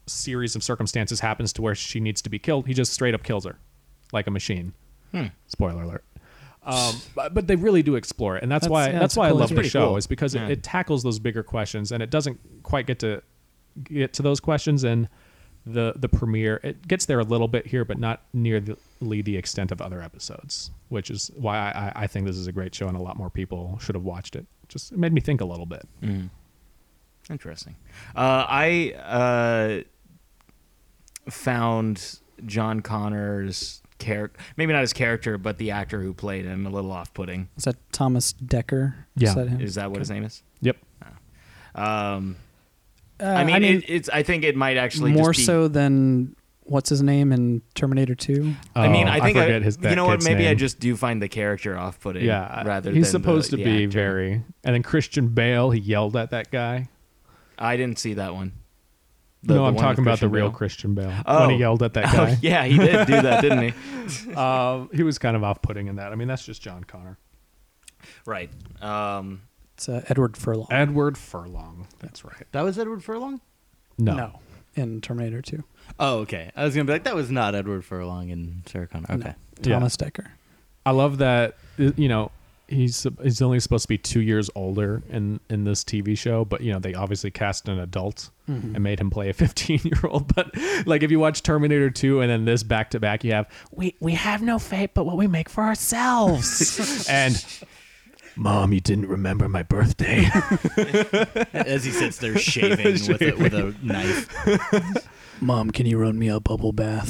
Speaker 1: series of circumstances happens to where she needs to be killed he just straight up kills her like a machine spoiler alert um, but, but they really do explore it and that's,
Speaker 3: That's-
Speaker 1: why
Speaker 3: yeah,
Speaker 1: that's
Speaker 3: it's a
Speaker 1: why i
Speaker 3: cool
Speaker 1: love
Speaker 3: idea.
Speaker 1: the
Speaker 2: Pretty
Speaker 1: show
Speaker 2: cool.
Speaker 1: is because
Speaker 2: Yeah.
Speaker 1: it, it tackles those bigger questions and it doesn't quite get to get to those questions and the the premiere it gets there a little bit here but not nearly the extent of other episodes which is why I, I- I think this is a great show and a lot more people should have watched it just it made me think a little bit
Speaker 2: Interesting. Uh, I uh, found John Connor's character, maybe not his character, but the actor who played him, a little off-putting.
Speaker 3: Is that Thomas Decker?
Speaker 1: Yeah.
Speaker 3: Is that him?
Speaker 2: Is that what his name is?
Speaker 1: yep
Speaker 2: Um,
Speaker 3: Uh,
Speaker 2: I mean, it, it's. I think it might actually
Speaker 3: more
Speaker 2: just be-
Speaker 3: so than what's his name in Terminator Two.
Speaker 2: I mean,
Speaker 1: Oh,
Speaker 2: I think I
Speaker 1: forget his
Speaker 2: you
Speaker 1: that
Speaker 2: know what?
Speaker 1: kid's
Speaker 2: Maybe I
Speaker 1: name.
Speaker 2: just do find the character off-putting.
Speaker 1: yeah
Speaker 2: rather
Speaker 1: he's
Speaker 2: than
Speaker 1: supposed
Speaker 2: the-
Speaker 1: to
Speaker 2: the
Speaker 1: be
Speaker 2: actor.
Speaker 1: very and then christian bale he yelled at that guy
Speaker 2: I didn't see that one.
Speaker 1: no
Speaker 2: one
Speaker 1: i'm
Speaker 2: with
Speaker 1: talking about the
Speaker 2: Christian
Speaker 1: real
Speaker 2: Bale?
Speaker 1: christian bale
Speaker 2: Oh.
Speaker 1: when he yelled at that guy
Speaker 2: Oh, yeah, he did do that, didn't he?
Speaker 1: um, he was kind of off-putting in that i mean that's just john connor
Speaker 2: Right. Um,
Speaker 3: It's uh, Edward Furlong.
Speaker 1: edward furlong that's right
Speaker 4: That was Edward Furlong.
Speaker 1: no,
Speaker 3: in Terminator Two,
Speaker 4: Oh, okay. I was gonna be like, that was not Edward Furlong and Sarah Connor. Okay.
Speaker 1: Yeah.
Speaker 3: Thomas Decker.
Speaker 1: I love that uh, you know he's he's only supposed to be two years older in in this TV show, but you know they obviously cast an adult
Speaker 2: Mm-hmm.
Speaker 1: and made him play a 15 year old. But like if you watch Terminator 2 and then this back to back, you have we we have no fate but what we make for ourselves. and mom, you didn't remember my birthday.
Speaker 4: As he sits there shaving with a, with a knife.
Speaker 3: Mom, can you run me a bubble bath?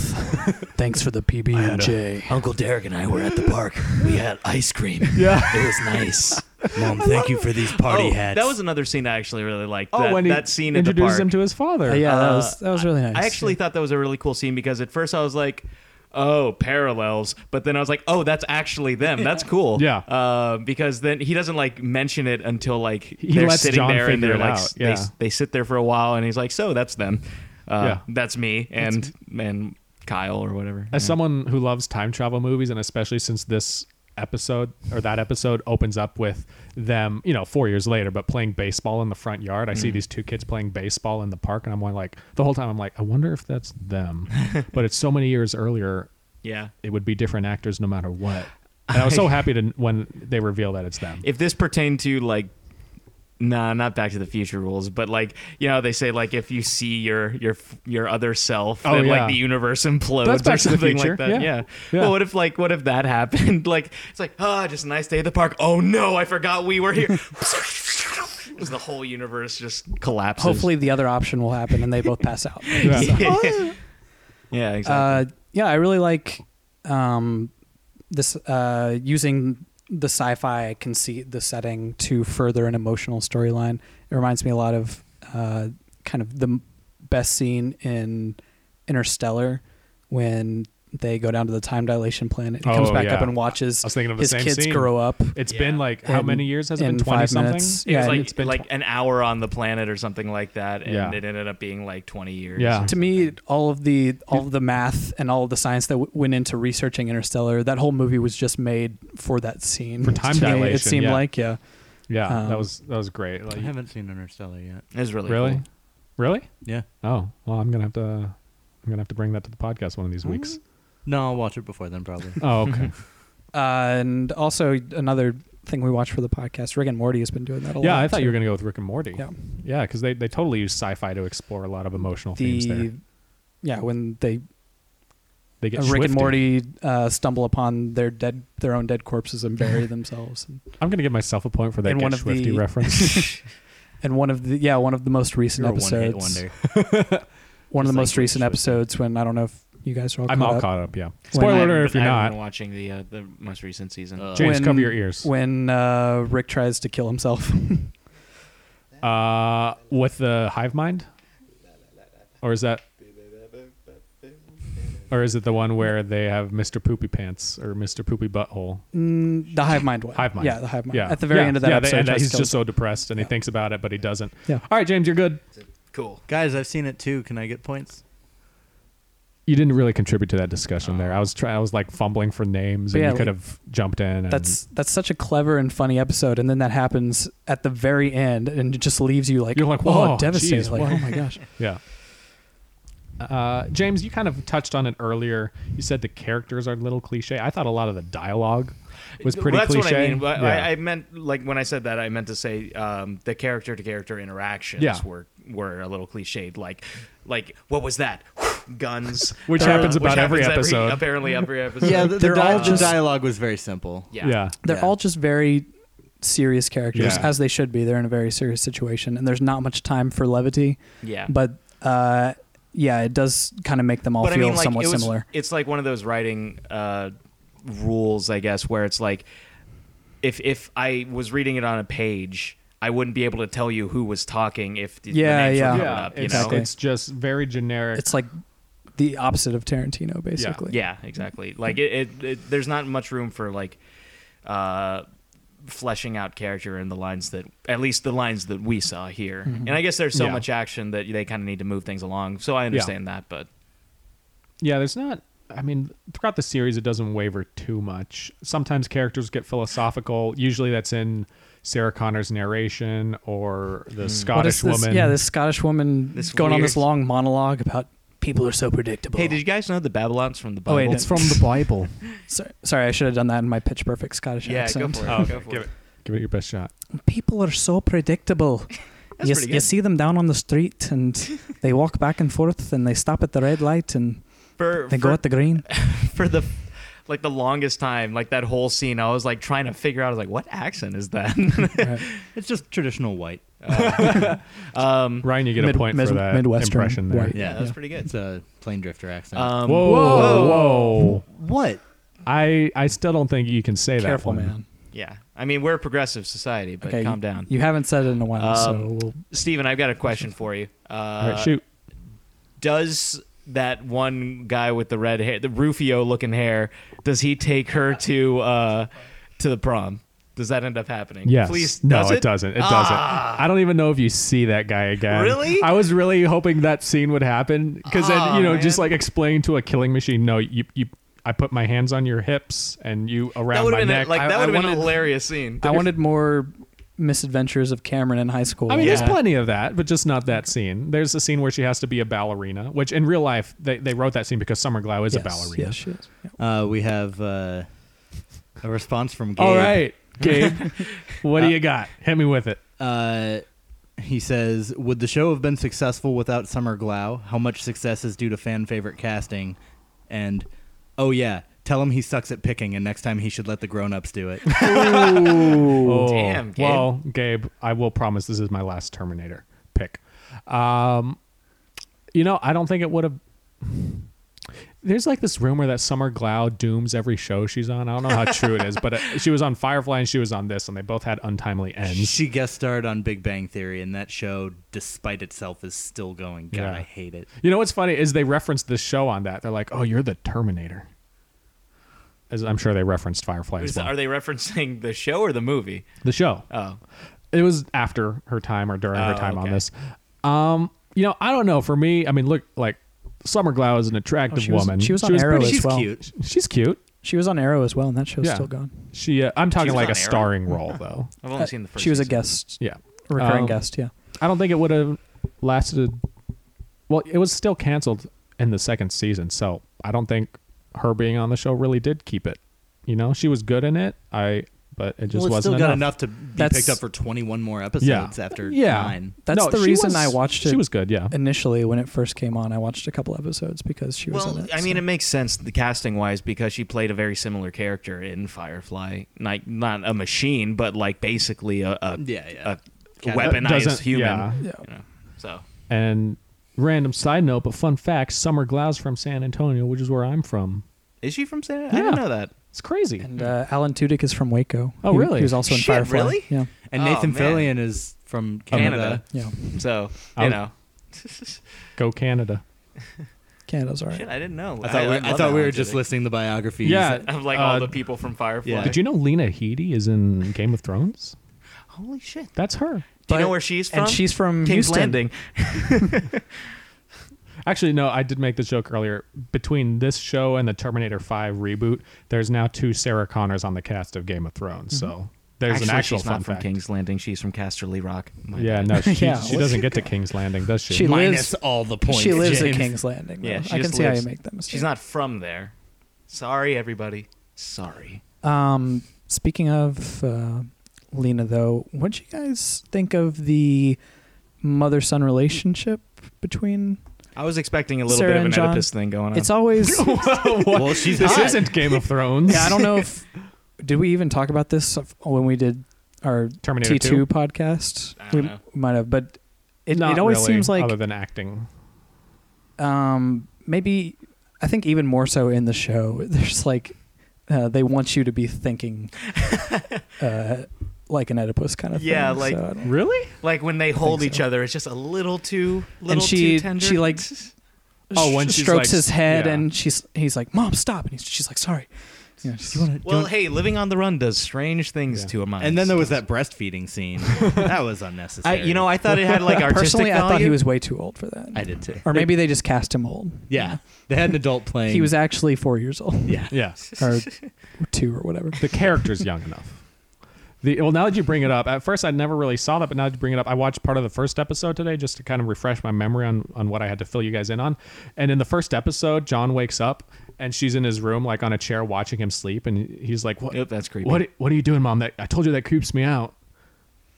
Speaker 3: Thanks for the PB and J.
Speaker 5: Uncle Derek and I were at the park. We had ice cream.
Speaker 1: Yeah.
Speaker 5: It was nice. Mom, thank you for these party
Speaker 2: oh,
Speaker 5: hats.
Speaker 2: that was another scene I actually really liked.
Speaker 1: oh,
Speaker 2: that,
Speaker 1: when he
Speaker 2: that scene at the
Speaker 1: introduces
Speaker 2: park.
Speaker 1: him to his father.
Speaker 3: Uh, yeah, that
Speaker 2: Uh,
Speaker 3: was that was really nice.
Speaker 2: I actually thought that was a really cool scene because at first I was like, "Oh, parallels," but then I was like, "Oh, that's actually them. That's cool."
Speaker 1: Yeah.
Speaker 2: Uh, because then he doesn't like mention it until like
Speaker 1: He
Speaker 2: they're
Speaker 1: lets
Speaker 2: sitting
Speaker 1: John
Speaker 2: there and
Speaker 1: figure
Speaker 2: they're
Speaker 1: it
Speaker 2: like
Speaker 1: out,
Speaker 2: s-
Speaker 1: yeah.
Speaker 2: they, s- they sit there for a while and he's like, "So that's them. Uh,
Speaker 1: Yeah.
Speaker 2: That's me and and Kyle or whatever."
Speaker 1: as someone who loves time travel movies and especially since this episode or that episode opens up with them you know four years later but playing baseball in the front yard i see these two kids playing baseball in the park and i'm going like the whole time i'm like i wonder if that's them but it's so many years earlier
Speaker 2: yeah.
Speaker 1: it would be different actors no matter what and i was so happy to when they reveal that it's them
Speaker 2: if this pertained to like nah not back to the future rules but like you know they say like if you see your your your other self
Speaker 1: Oh,
Speaker 2: then
Speaker 1: yeah.
Speaker 2: like the universe implodes
Speaker 1: That's
Speaker 2: or
Speaker 1: Back to the
Speaker 2: something
Speaker 1: Future,
Speaker 2: like that
Speaker 1: yeah.
Speaker 2: yeah.
Speaker 1: Yeah.
Speaker 2: well what if like what if that happened like it's like ah just a nice day at the park oh no i forgot we were here It was the whole universe just collapses
Speaker 3: hopefully the other option will happen and they both pass out.
Speaker 1: Oh, Yeah.
Speaker 2: yeah exactly
Speaker 3: Uh, yeah, I really like um, this uh, using the sci-fi conceit, the setting to further an emotional storyline. It reminds me a lot of uh, kind of the m- best scene in Interstellar when they go down to the time dilation planet. He
Speaker 1: Oh,
Speaker 3: comes back
Speaker 1: yeah.
Speaker 3: up and watches
Speaker 1: I was thinking of the
Speaker 3: his
Speaker 1: same
Speaker 3: kids
Speaker 1: scene.
Speaker 3: grow up.
Speaker 1: It's
Speaker 2: Yeah.
Speaker 1: been like how
Speaker 3: In-
Speaker 1: many years has it been?
Speaker 3: in
Speaker 1: Twenty
Speaker 3: five
Speaker 1: something.
Speaker 3: minutes.
Speaker 2: It
Speaker 3: Yeah,
Speaker 2: was
Speaker 3: and
Speaker 2: like
Speaker 1: it's been
Speaker 2: like an hour on the planet or something like that, and
Speaker 1: Yeah.
Speaker 2: it ended up being like twenty years.
Speaker 1: Yeah.
Speaker 3: To me, all of the all of the math and all of the science that w- went into researching Interstellar, that whole movie was just made for that scene.
Speaker 1: For time
Speaker 3: To me,
Speaker 1: dilation,
Speaker 3: it seemed
Speaker 1: yeah.
Speaker 3: like yeah.
Speaker 1: Yeah, that
Speaker 3: Um,
Speaker 1: was that was great. Like,
Speaker 4: I haven't seen Interstellar yet.
Speaker 2: it was really
Speaker 1: really,
Speaker 2: cool.
Speaker 1: really.
Speaker 4: Yeah.
Speaker 1: Oh well, I'm gonna have to I'm gonna have to bring that to the podcast one of these weeks.
Speaker 4: No, I'll watch it before then probably.
Speaker 3: Mm-hmm.
Speaker 1: Oh okay.
Speaker 3: Uh, and also another thing we watch for the podcast, Rick and Morty has been doing that a lot.
Speaker 1: yeah, I thought you were
Speaker 3: too.
Speaker 1: gonna go with Rick and Morty.
Speaker 3: Yeah.
Speaker 1: yeah, because they they totally use sci-fi to explore a lot of emotional themes
Speaker 3: the
Speaker 1: there.
Speaker 3: yeah when they
Speaker 1: They get
Speaker 3: uh, Rick and
Speaker 1: shwifted.
Speaker 3: Morty uh, stumble upon their dead their own dead corpses and bury themselves. And,
Speaker 1: I'm gonna give myself a point for that
Speaker 3: And
Speaker 1: get
Speaker 3: one of
Speaker 1: Swifty
Speaker 3: the-
Speaker 1: reference.
Speaker 3: and one of the yeah one of the most recent
Speaker 4: You're a
Speaker 3: episodes.
Speaker 4: one-hit wonder.
Speaker 3: one of the
Speaker 4: Just like
Speaker 3: most recent
Speaker 4: Swifty.
Speaker 3: episodes when I don't know if you guys are all
Speaker 1: I'm
Speaker 3: caught
Speaker 1: all
Speaker 3: up,
Speaker 1: caught up. Yeah.
Speaker 3: When
Speaker 1: Spoiler
Speaker 3: I-
Speaker 1: alert if you're
Speaker 2: I've
Speaker 1: not.
Speaker 2: been watching the uh, the most recent season.
Speaker 4: Uh,
Speaker 1: James,
Speaker 3: When-
Speaker 1: cover your ears.
Speaker 3: when uh, Rick tries to kill himself.
Speaker 1: Uh, with the hive mind, or is that, or is it the one where they have Mr. Poopy Pants or Mr. Poopy Butthole?
Speaker 3: Mm, the hive mind one.
Speaker 1: Hive mind.
Speaker 3: Yeah, the hive mind.
Speaker 1: Yeah,
Speaker 3: At the very
Speaker 1: Yeah.
Speaker 3: end of that
Speaker 1: yeah,
Speaker 3: episode,
Speaker 1: They, and
Speaker 3: he tries
Speaker 1: he's
Speaker 3: to kill
Speaker 1: just
Speaker 3: himself.
Speaker 1: so depressed, and he
Speaker 3: Yeah.
Speaker 1: thinks about it, but he doesn't.
Speaker 3: Yeah.
Speaker 1: All right, James, you're good.
Speaker 2: cool.
Speaker 4: Guys, I've seen it too. Can I get points?
Speaker 1: You didn't really contribute to that discussion there. I was try- I was like fumbling for names,
Speaker 3: Oh. But
Speaker 1: and
Speaker 3: yeah,
Speaker 1: you could
Speaker 3: like-
Speaker 1: have jumped in. And,
Speaker 3: That's that's such a clever and funny episode, and then that happens at the very end, and it just leaves you like
Speaker 1: You're like,
Speaker 3: oh,
Speaker 1: "Whoa,
Speaker 3: devastated,
Speaker 1: geez,
Speaker 3: like
Speaker 1: what?"
Speaker 3: oh my gosh.
Speaker 1: yeah. Uh, James, you kind of touched on it earlier. You said the characters are a little cliche. I thought a lot of the dialogue was
Speaker 2: Well,
Speaker 1: pretty
Speaker 2: that's
Speaker 1: cliche.
Speaker 2: what I mean. But
Speaker 1: Yeah.
Speaker 2: I, I meant like when I said that, I meant to say um, the character to character interactions
Speaker 1: Yeah.
Speaker 2: were were a little cliched. Like, like what was that? Guns,
Speaker 1: Which happens about every episode.
Speaker 2: apparently, every episode.
Speaker 4: Yeah, the,
Speaker 3: They're
Speaker 4: the,
Speaker 3: all
Speaker 4: di-
Speaker 3: just-
Speaker 4: the dialogue was very simple.
Speaker 2: yeah.
Speaker 1: yeah.
Speaker 3: They're
Speaker 4: Yeah.
Speaker 3: all just very serious characters,
Speaker 1: Yeah.
Speaker 3: as they should be. They're in a very serious situation, and there's not much time for levity.
Speaker 2: Yeah.
Speaker 3: But uh, yeah, it does kind of make them all
Speaker 2: but I
Speaker 3: feel
Speaker 2: mean, like,
Speaker 3: somewhat
Speaker 2: it was,
Speaker 3: similar.
Speaker 2: It's like one of those writing uh, rules, I guess, where it's like if if I was reading it on a page, I wouldn't be able to tell you who was talking if the,
Speaker 3: Yeah,
Speaker 2: the names were
Speaker 3: yeah.
Speaker 2: covered
Speaker 1: yeah,
Speaker 2: up. You
Speaker 1: it's,
Speaker 2: know?
Speaker 3: Exactly.
Speaker 1: it's just very generic.
Speaker 3: It's like the opposite of Tarantino, basically.
Speaker 2: Yeah, exactly. Like it, it, it there's not much room for like uh fleshing out character in the lines that at least the lines that we saw here.
Speaker 3: Mm-hmm.
Speaker 2: And I guess there's so
Speaker 1: Yeah.
Speaker 2: much action that they kind of need to move things along. So I understand that, but
Speaker 1: yeah, there's not. I mean, throughout the series, it doesn't waver too much. Sometimes characters get philosophical. Usually, that's in Sarah Connor's narration or
Speaker 2: Hmm.
Speaker 1: the
Speaker 3: What is
Speaker 1: Scottish
Speaker 3: this-
Speaker 1: woman.
Speaker 3: Yeah, this Scottish woman
Speaker 2: This
Speaker 3: going on
Speaker 2: weird-
Speaker 3: this long monologue about people are so predictable.
Speaker 2: hey, did you guys know the Babylon's from the Bible?
Speaker 3: Oh, wait,
Speaker 1: it's from the Bible.
Speaker 3: sorry, sorry, I should have done that in my pitch perfect Scottish
Speaker 2: yeah,
Speaker 3: accent.
Speaker 2: go for it.
Speaker 1: Oh,
Speaker 2: go
Speaker 1: okay,
Speaker 2: for
Speaker 1: give it, give it your best shot.
Speaker 3: People are so predictable.
Speaker 2: That's
Speaker 3: you,
Speaker 2: pretty
Speaker 3: you
Speaker 2: good.
Speaker 3: see them down on the street and they walk back and forth and they stop at the red light and
Speaker 2: For,
Speaker 3: they
Speaker 2: for,
Speaker 3: go at the green.
Speaker 2: for the like the longest time, like that whole scene, I was like trying to figure out I was like what accent is that?
Speaker 3: Right.
Speaker 4: It's just traditional white.
Speaker 2: um
Speaker 1: Ryan, you get
Speaker 3: Mid-
Speaker 1: a point
Speaker 3: mis-
Speaker 1: for that
Speaker 3: Midwestern
Speaker 1: impression there.
Speaker 3: white.
Speaker 2: yeah,
Speaker 4: Yeah,
Speaker 2: that's
Speaker 3: yeah.
Speaker 2: pretty good.
Speaker 4: It's a plain drifter accent.
Speaker 2: Um,
Speaker 1: Whoa, whoa,
Speaker 2: whoa.
Speaker 4: what?
Speaker 1: I, I still don't think you can say
Speaker 3: Careful,
Speaker 1: that. one.
Speaker 3: man.
Speaker 2: Yeah. I mean, we're a progressive society, but
Speaker 3: okay,
Speaker 2: calm
Speaker 3: you-
Speaker 2: down.
Speaker 3: You haven't said it in a while, so
Speaker 2: Um,
Speaker 3: we'll,
Speaker 2: Steven, I've got a question for you. Uh,
Speaker 1: All right, shoot.
Speaker 2: Does that one guy with the red hair, the Rufio looking hair, does he take her to uh, to the prom? Does that end up happening?
Speaker 1: Yes.
Speaker 2: Please.
Speaker 1: no,
Speaker 2: does
Speaker 1: it? doesn't. It doesn't. I don't even know if you see that guy again.
Speaker 2: Ah. Really?
Speaker 1: I was really hoping that scene would happen because then
Speaker 2: Aw,
Speaker 1: you know just
Speaker 2: man.
Speaker 1: like explain to a killing machine. No, you you. I put my hands on your hips and you
Speaker 2: That
Speaker 1: around
Speaker 2: would
Speaker 1: my
Speaker 2: have been a-
Speaker 1: neck.
Speaker 2: like
Speaker 1: I-
Speaker 2: that
Speaker 1: I
Speaker 2: would have been a
Speaker 1: wanted-
Speaker 2: hilarious scene.
Speaker 3: I wanted more misadventures of Cameron in high school.
Speaker 1: I mean,
Speaker 2: Yeah.
Speaker 1: there's plenty of that, but just not that scene. There's a scene where she has to be a ballerina, which in real life they, they wrote that scene because Summer Glau is
Speaker 3: Yes,
Speaker 1: a ballerina.
Speaker 3: yes, she is. Yeah.
Speaker 4: Uh, we have uh, a response from Gabe.
Speaker 1: All right, Gabe, what
Speaker 3: Uh,
Speaker 1: do you got? Hit me with it.
Speaker 4: Uh, he says, "Would the show have been successful without Summer Glau? How much success is due to fan favorite casting?" And, oh yeah, tell him he sucks at picking, and next time he should let the grown ups do it.
Speaker 1: Oh,
Speaker 2: Damn, Gabe.
Speaker 1: Well, Gabe, I will promise this is my last Terminator pick. Um, you know, I don't think it would have. there's like this rumor that Summer Glau dooms every show she's on. I don't know how true it is, but uh she was on Firefly and she was on this, and they both had untimely ends.
Speaker 4: She guest starred on Big Bang Theory, and that show, despite itself, is still going. God,
Speaker 1: Yeah.
Speaker 4: I hate it.
Speaker 1: You know what's funny is they referenced this show on that. They're like, "Oh, you're the Terminator," as I'm sure they referenced Firefly as
Speaker 2: Is-
Speaker 1: well.
Speaker 2: Are they referencing the show or the movie?
Speaker 1: the show.
Speaker 2: Oh,
Speaker 1: it was after her time or during her
Speaker 2: Oh,
Speaker 1: time on
Speaker 2: okay.
Speaker 1: this. Um, you know, I don't know. For me, I mean, look, like Summer Glau is an attractive
Speaker 3: Oh, she was-
Speaker 1: woman.
Speaker 3: she was on Arrow
Speaker 1: pretty-
Speaker 3: as
Speaker 4: She's
Speaker 3: well.
Speaker 4: cute.
Speaker 1: She's cute.
Speaker 3: She was on Arrow as well, and that show's
Speaker 1: Yeah.
Speaker 3: still gone.
Speaker 1: She. Uh, I'm talking
Speaker 2: was
Speaker 1: like a
Speaker 2: on Arrow?
Speaker 1: starring role though.
Speaker 2: Oh, I've only
Speaker 3: Uh,
Speaker 2: seen the first.
Speaker 3: she was a
Speaker 2: season.
Speaker 3: guest,
Speaker 1: Yeah.
Speaker 3: a recurring
Speaker 1: Um,
Speaker 3: guest. Yeah.
Speaker 1: I don't think it would have lasted. Well, it was still canceled in the second season, so I don't think her being on the show really did keep it. You know, she was good in it. I, but it just
Speaker 4: well, it's
Speaker 1: wasn't
Speaker 4: still
Speaker 1: enough.
Speaker 4: got enough to be
Speaker 3: That's-
Speaker 4: picked up for 21 more episodes after
Speaker 1: yeah.
Speaker 4: nine.
Speaker 3: That's
Speaker 1: No,
Speaker 3: the
Speaker 1: she
Speaker 3: reason
Speaker 1: was-
Speaker 3: I watched it
Speaker 1: She was good. Yeah.
Speaker 3: initially when it first came on. I watched a couple episodes because she was
Speaker 2: Well,
Speaker 3: in it.
Speaker 2: I mean,
Speaker 3: so.
Speaker 2: it makes sense the casting wise because she played a very similar character in Firefly, like not a machine, but like basically a, a,
Speaker 4: Yeah, yeah.
Speaker 2: a
Speaker 4: Kinda.
Speaker 2: weaponized
Speaker 1: Doesn't-
Speaker 2: human.
Speaker 1: yeah.
Speaker 3: Yeah.
Speaker 2: You know, so
Speaker 1: And random side note, but fun fact: Summer Glau's from San Antonio, which is where I'm from.
Speaker 2: is she from San? I didn't
Speaker 1: Yeah.
Speaker 2: know that.
Speaker 1: It's crazy.
Speaker 3: And uh, Alan Tudyk is from Waco.
Speaker 1: Oh,
Speaker 3: He-
Speaker 1: really?
Speaker 3: He was also in
Speaker 2: Shit,
Speaker 3: Firefly.
Speaker 2: really?
Speaker 3: Yeah.
Speaker 4: And
Speaker 2: Oh,
Speaker 4: Nathan
Speaker 2: man.
Speaker 4: Fillion is from Canada.
Speaker 2: Canada.
Speaker 3: Yeah.
Speaker 2: So
Speaker 1: I
Speaker 2: you
Speaker 1: was-
Speaker 2: know,
Speaker 1: Go Canada.
Speaker 3: Canada's all right.
Speaker 2: shit, I didn't know.
Speaker 4: I thought, we, I
Speaker 2: love
Speaker 4: thought we
Speaker 2: Alan
Speaker 4: were just
Speaker 2: Tudyk.
Speaker 4: listening to biographies.
Speaker 1: Yeah.
Speaker 2: of like
Speaker 1: Uh,
Speaker 2: all the people from Firefly.
Speaker 4: yeah.
Speaker 1: Did you know Lena Headey is in Game of Thrones?
Speaker 2: Holy shit!
Speaker 1: That's her.
Speaker 2: Do you know
Speaker 3: But-
Speaker 2: where she's from?
Speaker 3: and she's from
Speaker 2: King's
Speaker 3: Houston.
Speaker 2: Landing.
Speaker 1: Actually, no, I did make the joke earlier. Between this show and the Terminator 5 reboot, there's now two Sarah Connors on the cast of Game of Thrones. So there's
Speaker 2: Actually,
Speaker 1: an actual
Speaker 2: she's
Speaker 1: fun
Speaker 2: not from
Speaker 1: fact.
Speaker 2: King's Landing. She's from Casterly Rock. My
Speaker 1: yeah,
Speaker 2: bad.
Speaker 1: no, she,
Speaker 3: Yeah,
Speaker 1: she
Speaker 3: what-
Speaker 1: doesn't get to King's Landing, does she?
Speaker 3: She lives.
Speaker 4: Minus all the points.
Speaker 3: She lives at
Speaker 4: James.
Speaker 3: King's Landing. though.
Speaker 2: Yeah, she
Speaker 3: I can
Speaker 2: just
Speaker 3: see how you
Speaker 2: lives-
Speaker 3: make that mistake.
Speaker 2: She's not from there. Sorry, everybody. Sorry.
Speaker 3: Um, speaking of uh, Lena, though, what do you guys think of the mother-son relationship between?
Speaker 2: I was expecting a little
Speaker 3: Sarah
Speaker 2: bit of an
Speaker 3: and John,
Speaker 2: Oedipus thing going on.
Speaker 3: It's always.
Speaker 2: Oh,
Speaker 4: Well, she's
Speaker 1: this
Speaker 4: hot.
Speaker 1: isn't Game of Thrones.
Speaker 3: yeah, I don't know if. Did we even talk about this when we did our
Speaker 1: Terminator
Speaker 3: T
Speaker 1: 2.
Speaker 3: two podcast?
Speaker 2: I
Speaker 3: We
Speaker 2: don't know.
Speaker 3: might have, but it,
Speaker 1: Not
Speaker 3: it always
Speaker 1: really,
Speaker 3: seems like
Speaker 1: other than acting.
Speaker 3: um, maybe I think even more so in the show. There's like uh, they want you to be thinking uh, like an Oedipus kind of
Speaker 2: Yeah,
Speaker 3: thing.
Speaker 2: like-
Speaker 3: so I don't-
Speaker 1: Really?
Speaker 2: like when they hold
Speaker 3: think
Speaker 2: each
Speaker 3: so.
Speaker 2: other, it's just a little too little
Speaker 3: she-
Speaker 2: too tender.
Speaker 3: she, like,
Speaker 1: Oh, when
Speaker 3: sh-
Speaker 1: she's
Speaker 3: strokes
Speaker 1: like-
Speaker 3: his head
Speaker 1: yeah.
Speaker 3: and she's he's like, "Mom, stop!" and he's, she's like, "Sorry." You know, she's-
Speaker 2: well, hey, living on the run does strange things
Speaker 1: Yeah.
Speaker 2: to a mind.
Speaker 4: And then there was that breastfeeding scene. that was unnecessary.
Speaker 2: I, you know, I thought it had like artistic
Speaker 3: personally, I
Speaker 2: value.
Speaker 3: thought he was way too old for that.
Speaker 4: I did too.
Speaker 3: or maybe they just cast him old.
Speaker 4: Yeah, they had an adult playing.
Speaker 3: He was actually four years old,
Speaker 4: Yeah.
Speaker 1: Yeah.
Speaker 3: or two, or whatever.
Speaker 1: the character's young enough. The, well, now that you bring it up, at first I never really saw that, but now that you bring it up, I watched part of the first episode today just to kind of refresh my memory on, on what I had to fill you guys in on. And in the first episode, John wakes up and she's in his room, like on a chair, watching him sleep, and he's like, "What?
Speaker 2: Yep, that's creepy.
Speaker 1: What? What are you doing, mom? That I told you that creeps me out."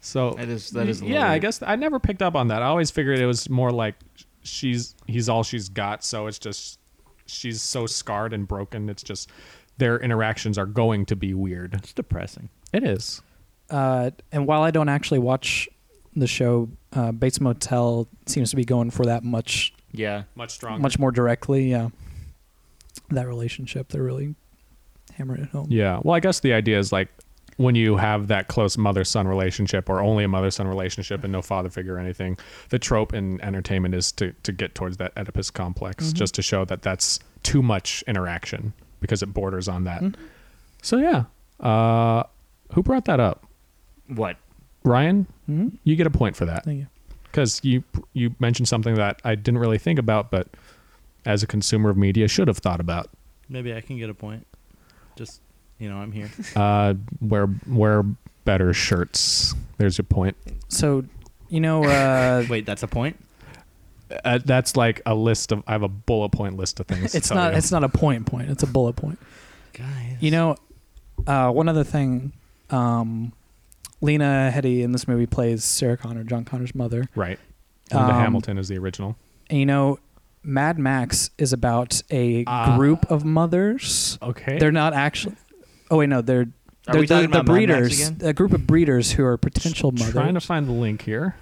Speaker 1: So
Speaker 2: That is- that is a little
Speaker 1: yeah. I
Speaker 2: weird.
Speaker 1: guess I never picked up on that. I always figured it was more like she's he's all she's got, so it's just she's so scarred and broken. It's just their interactions are going to be weird.
Speaker 4: It's depressing.
Speaker 1: It is.
Speaker 3: Uh, and while I don't actually watch the show, uh, Bates Motel seems to be going for that much,
Speaker 2: yeah.
Speaker 1: much stronger.
Speaker 3: much more directly. Yeah, that relationship they're really hammering it home.
Speaker 1: yeah. Well, I guess the idea is like when you have that close mother son relationship or only a mother son relationship and no father figure or anything, the trope in entertainment is to, to get towards that Oedipus complex
Speaker 3: Mm-hmm.
Speaker 1: just to show that that's too much interaction because it borders on that.
Speaker 3: Mm-hmm.
Speaker 1: So, yeah. Uh, who brought that up?
Speaker 2: What?
Speaker 1: Ryan,
Speaker 3: Mhm.
Speaker 1: you get a point for that
Speaker 3: Thank you.
Speaker 1: because you you mentioned something that I didn't really think about, but as a consumer of media, should have thought about.
Speaker 4: Maybe I can get a point. Just you know, I'm here.
Speaker 1: uh, wear wear better shirts. There's your point.
Speaker 3: So, you know, uh,
Speaker 4: Wait, that's a point.
Speaker 1: Uh, that's like a list of. I have a bullet point list of things. to
Speaker 3: it's
Speaker 1: tell
Speaker 3: not
Speaker 1: you.
Speaker 3: it's not a point point. It's a bullet point.
Speaker 4: Guys,
Speaker 3: You know, uh, one other thing, um, Lena Headey in this movie plays Sarah Connor, John Connor's mother.
Speaker 1: right. Linda
Speaker 3: Um,
Speaker 1: Hamilton is the original.
Speaker 3: And you know, Mad Max is about a
Speaker 1: Ah.
Speaker 3: group of mothers.
Speaker 1: Okay.
Speaker 3: They're not actually. Oh wait, no, they're.
Speaker 2: Are
Speaker 3: they're
Speaker 2: we talking
Speaker 3: the, the
Speaker 2: about Mad Max
Speaker 3: breeders,
Speaker 2: again?
Speaker 3: a group of breeders who are potential
Speaker 1: trying to
Speaker 3: mothers.
Speaker 1: find the link here.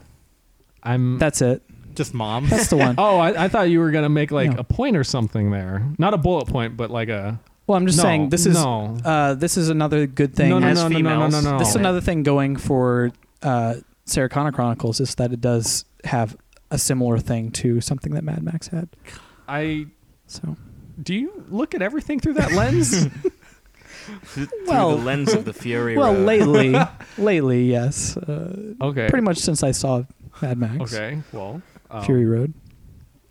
Speaker 1: I'm
Speaker 3: That's it.
Speaker 4: Just mom.
Speaker 3: That's the one.
Speaker 1: Oh, I, I thought you were gonna make like
Speaker 3: No.
Speaker 1: a point or something there. Not a bullet point, but like a.
Speaker 3: Well, I'm just
Speaker 1: No,
Speaker 3: saying this is
Speaker 1: no.
Speaker 3: uh, this is another good thing.
Speaker 1: no, no,
Speaker 2: as
Speaker 1: no, no, no, no, no,
Speaker 2: females.
Speaker 1: no.
Speaker 3: This is
Speaker 2: Oh.
Speaker 3: another thing going for uh, Sarah Connor Chronicles is that it does have a similar thing to something that Mad Max had.
Speaker 1: I
Speaker 3: So
Speaker 1: do you look at everything through that lens?
Speaker 2: Through
Speaker 3: Well-
Speaker 2: the lens of the Fury
Speaker 3: well,
Speaker 2: Road.
Speaker 3: lately, lately, yes, uh,
Speaker 1: okay.
Speaker 3: pretty much since I saw Mad Max
Speaker 1: Okay. Well. um,
Speaker 3: Fury Road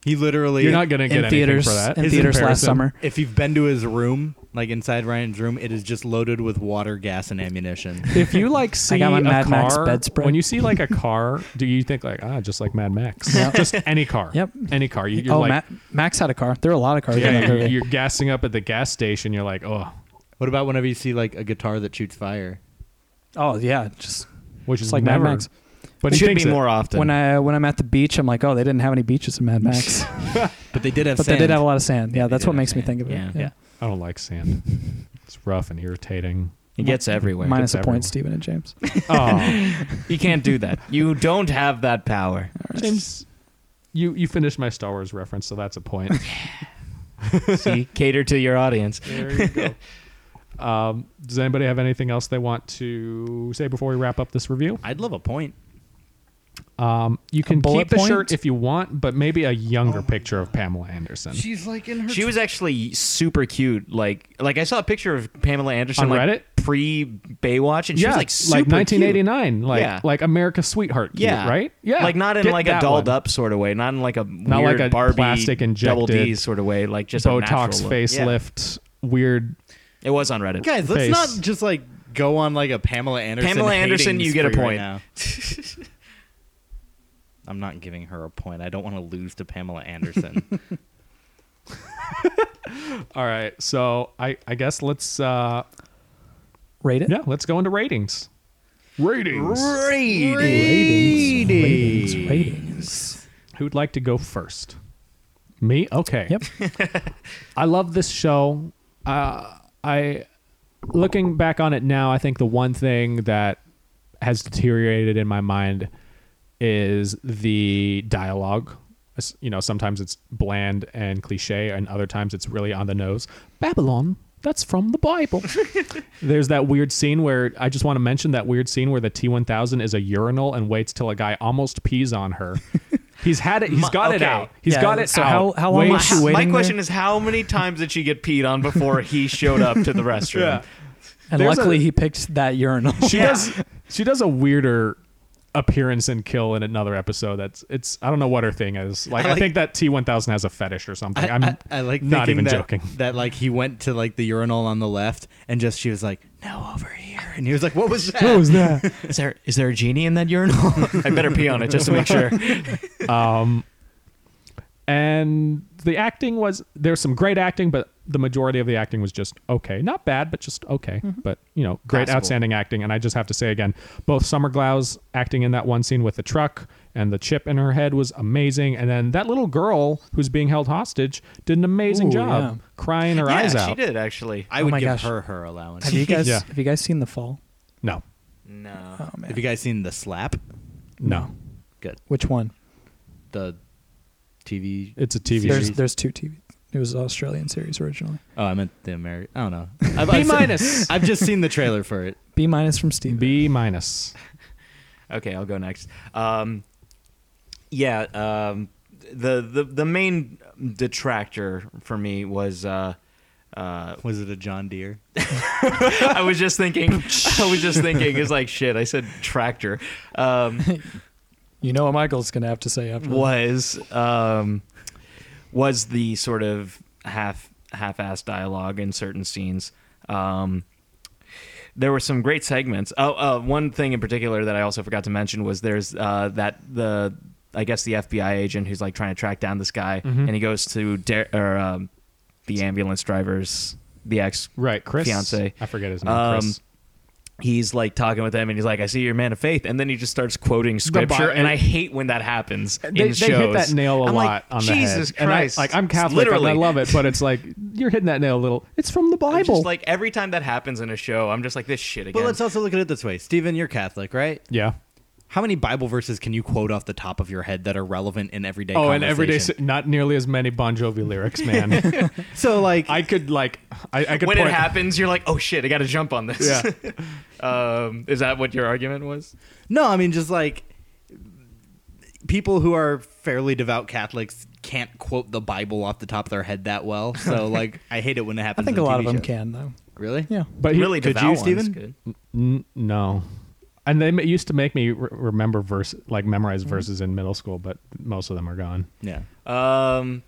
Speaker 4: He literally.
Speaker 1: You're not gonna get
Speaker 3: in
Speaker 1: anything
Speaker 3: theaters
Speaker 1: for that.
Speaker 3: in
Speaker 4: His
Speaker 3: theaters last
Speaker 1: comparison.
Speaker 3: summer.
Speaker 4: If you've been to his room, like inside Ryan's room, it is just loaded with water, gas, and ammunition.
Speaker 1: If you like see
Speaker 3: got my
Speaker 1: a
Speaker 3: Mad Max
Speaker 1: car,
Speaker 3: bedspread.
Speaker 1: when you see like a car, do you think like ah, just like Mad Max?
Speaker 3: Yep.
Speaker 1: Just any car.
Speaker 3: Yep.
Speaker 1: Any car. You, you're
Speaker 3: Oh,
Speaker 1: like,
Speaker 3: Ma- Max had a car. There are a lot of cars. in
Speaker 1: yeah,
Speaker 3: that
Speaker 1: you're,
Speaker 3: movie.
Speaker 1: you're gassing up at the gas station. You're like, oh,
Speaker 4: What about whenever you see like a guitar that shoots fire?
Speaker 3: oh yeah, just
Speaker 1: which is
Speaker 3: just like
Speaker 1: never.
Speaker 3: Mad Max.
Speaker 1: But he
Speaker 2: should
Speaker 1: thinks
Speaker 2: be
Speaker 1: it.
Speaker 2: more often.
Speaker 3: When I when I'm at the beach, I'm like, oh, they didn't have any beaches in Mad Max,
Speaker 4: But they did have.
Speaker 3: but they
Speaker 4: sand.
Speaker 3: did have a lot of sand. Yeah,
Speaker 2: They
Speaker 3: that's
Speaker 2: did
Speaker 3: what
Speaker 2: have
Speaker 3: makes me
Speaker 2: sand.
Speaker 3: think of it.
Speaker 2: Yeah.
Speaker 3: yeah.
Speaker 2: Yeah.
Speaker 1: I don't like sand. It's rough and irritating.
Speaker 2: it gets everywhere.
Speaker 1: Mine-
Speaker 3: Minus a
Speaker 1: It's everywhere.
Speaker 3: point, Stephen and James.
Speaker 1: Oh,
Speaker 2: you can't do that. You don't have that power.
Speaker 1: James, you you finished my Star Wars reference, so that's a point.
Speaker 2: See, cater to your audience.
Speaker 1: There you go. Um, does anybody have anything else they want to say before we wrap up this review?
Speaker 4: I'd love a point.
Speaker 1: Um, you can
Speaker 3: bullet
Speaker 1: keep the
Speaker 3: point?
Speaker 1: shirt if you want, but maybe a
Speaker 2: Oh.
Speaker 1: younger picture of Pamela Anderson.
Speaker 5: She's like in her.
Speaker 2: She was actually super cute. Like, like I saw a picture of Pamela Anderson
Speaker 1: On
Speaker 2: like,
Speaker 1: Reddit?
Speaker 2: pre Baywatch, and she
Speaker 1: yeah,
Speaker 2: was like super
Speaker 1: like
Speaker 2: cute.
Speaker 1: 1989, like
Speaker 2: Yeah.
Speaker 1: like America's sweetheart. cute,
Speaker 2: Yeah.
Speaker 1: right. Yeah,
Speaker 2: Like not in
Speaker 1: Get
Speaker 2: like a
Speaker 1: that
Speaker 2: dolled
Speaker 1: one.
Speaker 2: up sort of way, not in like a
Speaker 1: Not
Speaker 2: weird
Speaker 1: like a
Speaker 2: Barbie
Speaker 1: plastic
Speaker 2: double D
Speaker 1: injected
Speaker 2: sort of way, like just a natural
Speaker 1: Botox
Speaker 2: look.
Speaker 1: facelift, weird.
Speaker 2: Yeah. It was on Reddit.
Speaker 4: Guys, let's
Speaker 1: Face.
Speaker 4: not just like go on like a Pamela Anderson.
Speaker 2: Pamela Anderson,
Speaker 4: hating
Speaker 2: you get a
Speaker 4: spree right
Speaker 2: point.
Speaker 4: now. I'm not giving her a point. I don't want to lose to Pamela Anderson.
Speaker 1: All right, so I I guess let's uh
Speaker 3: Rate it.
Speaker 1: yeah let's go into ratings. Ratings.
Speaker 3: Ratings. Ratings. Ratings.
Speaker 1: Who'd like to go first? Me? Okay.
Speaker 3: Yep.
Speaker 1: I love this show. Uh, I looking back on it now, I think the one thing that has deteriorated in my mind is the dialogue. As- You know, sometimes it's bland and cliche, and other times it's really on the nose. Babylon, that's from the Bible. There's that weird scene where I just want to mention that weird scene where the T1000 is a urinal and waits till a guy almost pees on her. He's had it. He's
Speaker 2: My-
Speaker 1: got it
Speaker 2: okay.
Speaker 1: out. He's
Speaker 3: Yeah,
Speaker 1: got it
Speaker 3: so how-
Speaker 1: out.
Speaker 3: how long
Speaker 1: Wait-
Speaker 3: was she
Speaker 2: My- My
Speaker 3: waiting
Speaker 2: question
Speaker 3: there?
Speaker 2: is, how many times did she get peed on before he showed up to the restroom?
Speaker 1: Yeah.
Speaker 3: And
Speaker 1: There's
Speaker 3: luckily,
Speaker 1: a-
Speaker 3: he picked that urinal.
Speaker 1: she does she does a weirder appearance and kill in another episode that's it's i don't know what her thing is like i,
Speaker 4: like-
Speaker 1: think that t1000 has a fetish or something I, am
Speaker 4: I, I like
Speaker 1: not
Speaker 4: thinking
Speaker 1: even
Speaker 4: that,
Speaker 1: joking
Speaker 4: that like he went to like the urinal on the left and just she was like no over here and he was like what was that
Speaker 1: was that
Speaker 2: Is there is there a genie in that urinal? I better pee on it just to make sure.
Speaker 1: and the acting was there's some great acting but the majority of the acting was just okay not bad but just okay but you know great
Speaker 2: Passable.
Speaker 1: outstanding acting and i just have to say again both summer glau's acting in that one scene with the truck and the chip in her head was amazing and then that little girl who's being held hostage did an amazing
Speaker 3: Ooh,
Speaker 1: job
Speaker 3: yeah.
Speaker 1: crying her
Speaker 2: yeah,
Speaker 1: eyes
Speaker 2: she
Speaker 1: out
Speaker 2: did actually.
Speaker 4: I
Speaker 3: Oh
Speaker 4: would
Speaker 3: my
Speaker 4: give
Speaker 3: gosh.
Speaker 4: her her allowance
Speaker 3: Have you guys?
Speaker 1: Yeah.
Speaker 3: Have you guys seen The Fall?
Speaker 1: no
Speaker 2: No.
Speaker 3: Oh man,
Speaker 4: have you guys seen the slap
Speaker 1: no
Speaker 4: good
Speaker 3: which one?
Speaker 4: the TV
Speaker 1: It's a TV
Speaker 3: There's
Speaker 1: show.
Speaker 3: there's two TV. It was an Australian series originally.
Speaker 4: oh I meant the American I don't know I've,
Speaker 1: B
Speaker 4: I've seen-
Speaker 1: minus.
Speaker 4: I've just seen the trailer for it
Speaker 3: B minus from Steve.
Speaker 1: B minus.
Speaker 2: Okay, I'll go next. Um, yeah, um, the, the the main detractor for me was uh, uh,
Speaker 4: was it a John Deere
Speaker 2: I was just thinking. I was just thinking. It's like shit. I said tractor. Um,
Speaker 3: You know what Michael's gonna have to say after. that.
Speaker 2: was um, was the sort of half half-assed dialogue in certain scenes. Um, there were some great segments. Oh, uh, one thing in particular that I also forgot to mention was there's uh, that the I guess the FBI agent who's like trying to track down this guy,
Speaker 1: Mm-hmm.
Speaker 2: and he goes to Dar- or um, the ambulance driver's the ex
Speaker 1: Right, Chris.
Speaker 2: Fiance.
Speaker 1: I forget his name.
Speaker 2: Um,
Speaker 1: Chris.
Speaker 2: he's like talking with them and he's like, I see you're a man of faith. And then he just starts quoting scripture.
Speaker 1: Bi-
Speaker 2: and I hate when that happens.
Speaker 1: They,
Speaker 2: in
Speaker 1: they
Speaker 2: shows.
Speaker 1: hit that nail a
Speaker 2: I'm
Speaker 1: lot
Speaker 2: like,
Speaker 1: on the head.
Speaker 2: Jesus
Speaker 1: And I-
Speaker 2: Christ.
Speaker 1: like I'm Catholic,
Speaker 2: Literally.
Speaker 1: and I love it, but it's like you're hitting that nail a little. It's from the
Speaker 2: I'm
Speaker 1: Bible.
Speaker 2: just like every time that happens in a show, I'm just like, this shit again.
Speaker 4: but let's also look at it this way Steven you're Catholic right
Speaker 1: yeah,
Speaker 4: How many Bible verses can you quote off the top of your head that are relevant in everyday?
Speaker 1: Oh, and everyday,
Speaker 4: conversation?
Speaker 1: si- not nearly as many Bon Jovi lyrics, man.
Speaker 4: So like,
Speaker 1: I could like, I, I could
Speaker 2: when
Speaker 1: point,
Speaker 2: it happens, you're like, oh shit, I got to jump on this.
Speaker 1: Yeah.
Speaker 2: um, is that what your argument was?
Speaker 4: No, I mean just like people who are fairly devout Catholics can't quote the Bible off the top of their head that well. So like, I hate it when it
Speaker 3: I
Speaker 4: happens.
Speaker 3: think
Speaker 4: in
Speaker 3: a lot of
Speaker 4: TV
Speaker 3: them
Speaker 4: shows.
Speaker 3: can though.
Speaker 4: Really?
Speaker 3: Yeah.
Speaker 1: But he-
Speaker 2: really
Speaker 4: could
Speaker 2: devout
Speaker 4: you,
Speaker 2: ones
Speaker 4: Steven?
Speaker 2: could.
Speaker 1: N- no. And they ma- used to make me re- remember verse, like memorize verses in middle school, but most of them are gone.
Speaker 4: Yeah.
Speaker 2: Um,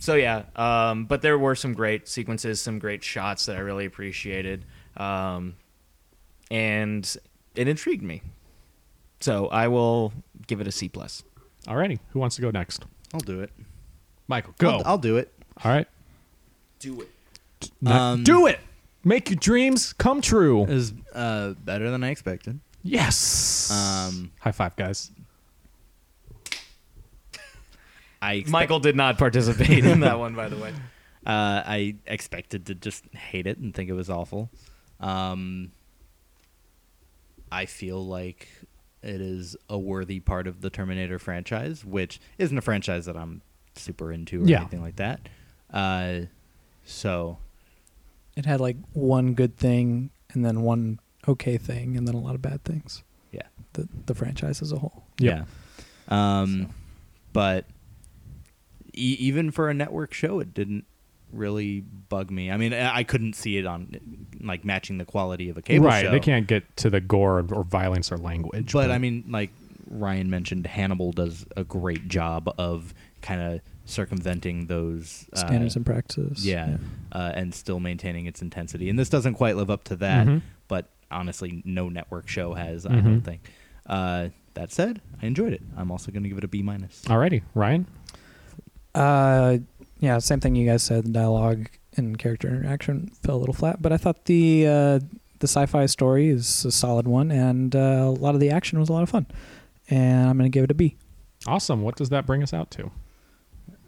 Speaker 2: so yeah, um, but there were some great sequences, some great shots that I really appreciated, um, and it intrigued me. So I will give it a C plus.
Speaker 1: Alrighty, who wants to go next?
Speaker 4: I'll do it.
Speaker 1: Michael, go.
Speaker 4: I'll, I'll do it.
Speaker 1: All right,
Speaker 2: Do it.
Speaker 1: Now-
Speaker 4: Um,
Speaker 1: do it. Make your dreams come
Speaker 4: It
Speaker 1: true.
Speaker 4: was uh, better than I expected.
Speaker 1: Yes.
Speaker 4: Um,
Speaker 1: High five, guys.
Speaker 4: I expect-
Speaker 2: Michael did not participate in that one, by the way.
Speaker 4: Uh, I expected to just hate it and think it was awful. Um, I feel like it is a worthy part of the Terminator franchise, which isn't a franchise that I'm super into or
Speaker 1: Yeah.
Speaker 4: anything like that. Uh, so
Speaker 3: It had like one good thing and then one okay thing and then a lot of bad things.
Speaker 4: Yeah.
Speaker 3: The the franchise as a whole.
Speaker 1: Yep.
Speaker 4: yeah, um, but e- even for a network show, it didn't really bug me. I mean, I I couldn't see it on like matching the quality of a cable
Speaker 1: right,
Speaker 4: show.
Speaker 1: they can't get to the gore or violence or language.
Speaker 4: But I mean, like Ryan mentioned, Hannibal does a great job of kind of circumventing those uh,
Speaker 3: Standards and practices.
Speaker 4: Yeah, Uh, and still maintaining its intensity. And this doesn't quite live up to that.
Speaker 3: Mm-hmm.
Speaker 1: Mhm.
Speaker 4: But honestly, no network show has. I
Speaker 1: Mhm.
Speaker 4: don't think. Uh, that said, I enjoyed it. I'm also going to give it a B minus.
Speaker 1: Alrighty, Ryan.
Speaker 3: Uh, yeah, same thing you guys said. The dialogue and character interaction fell a little flat, but I thought the uh, the sci-fi story is a solid one, and uh, a lot of the action was a lot of fun. And I'm gonna give it a B.
Speaker 1: Awesome. What does that bring us out to?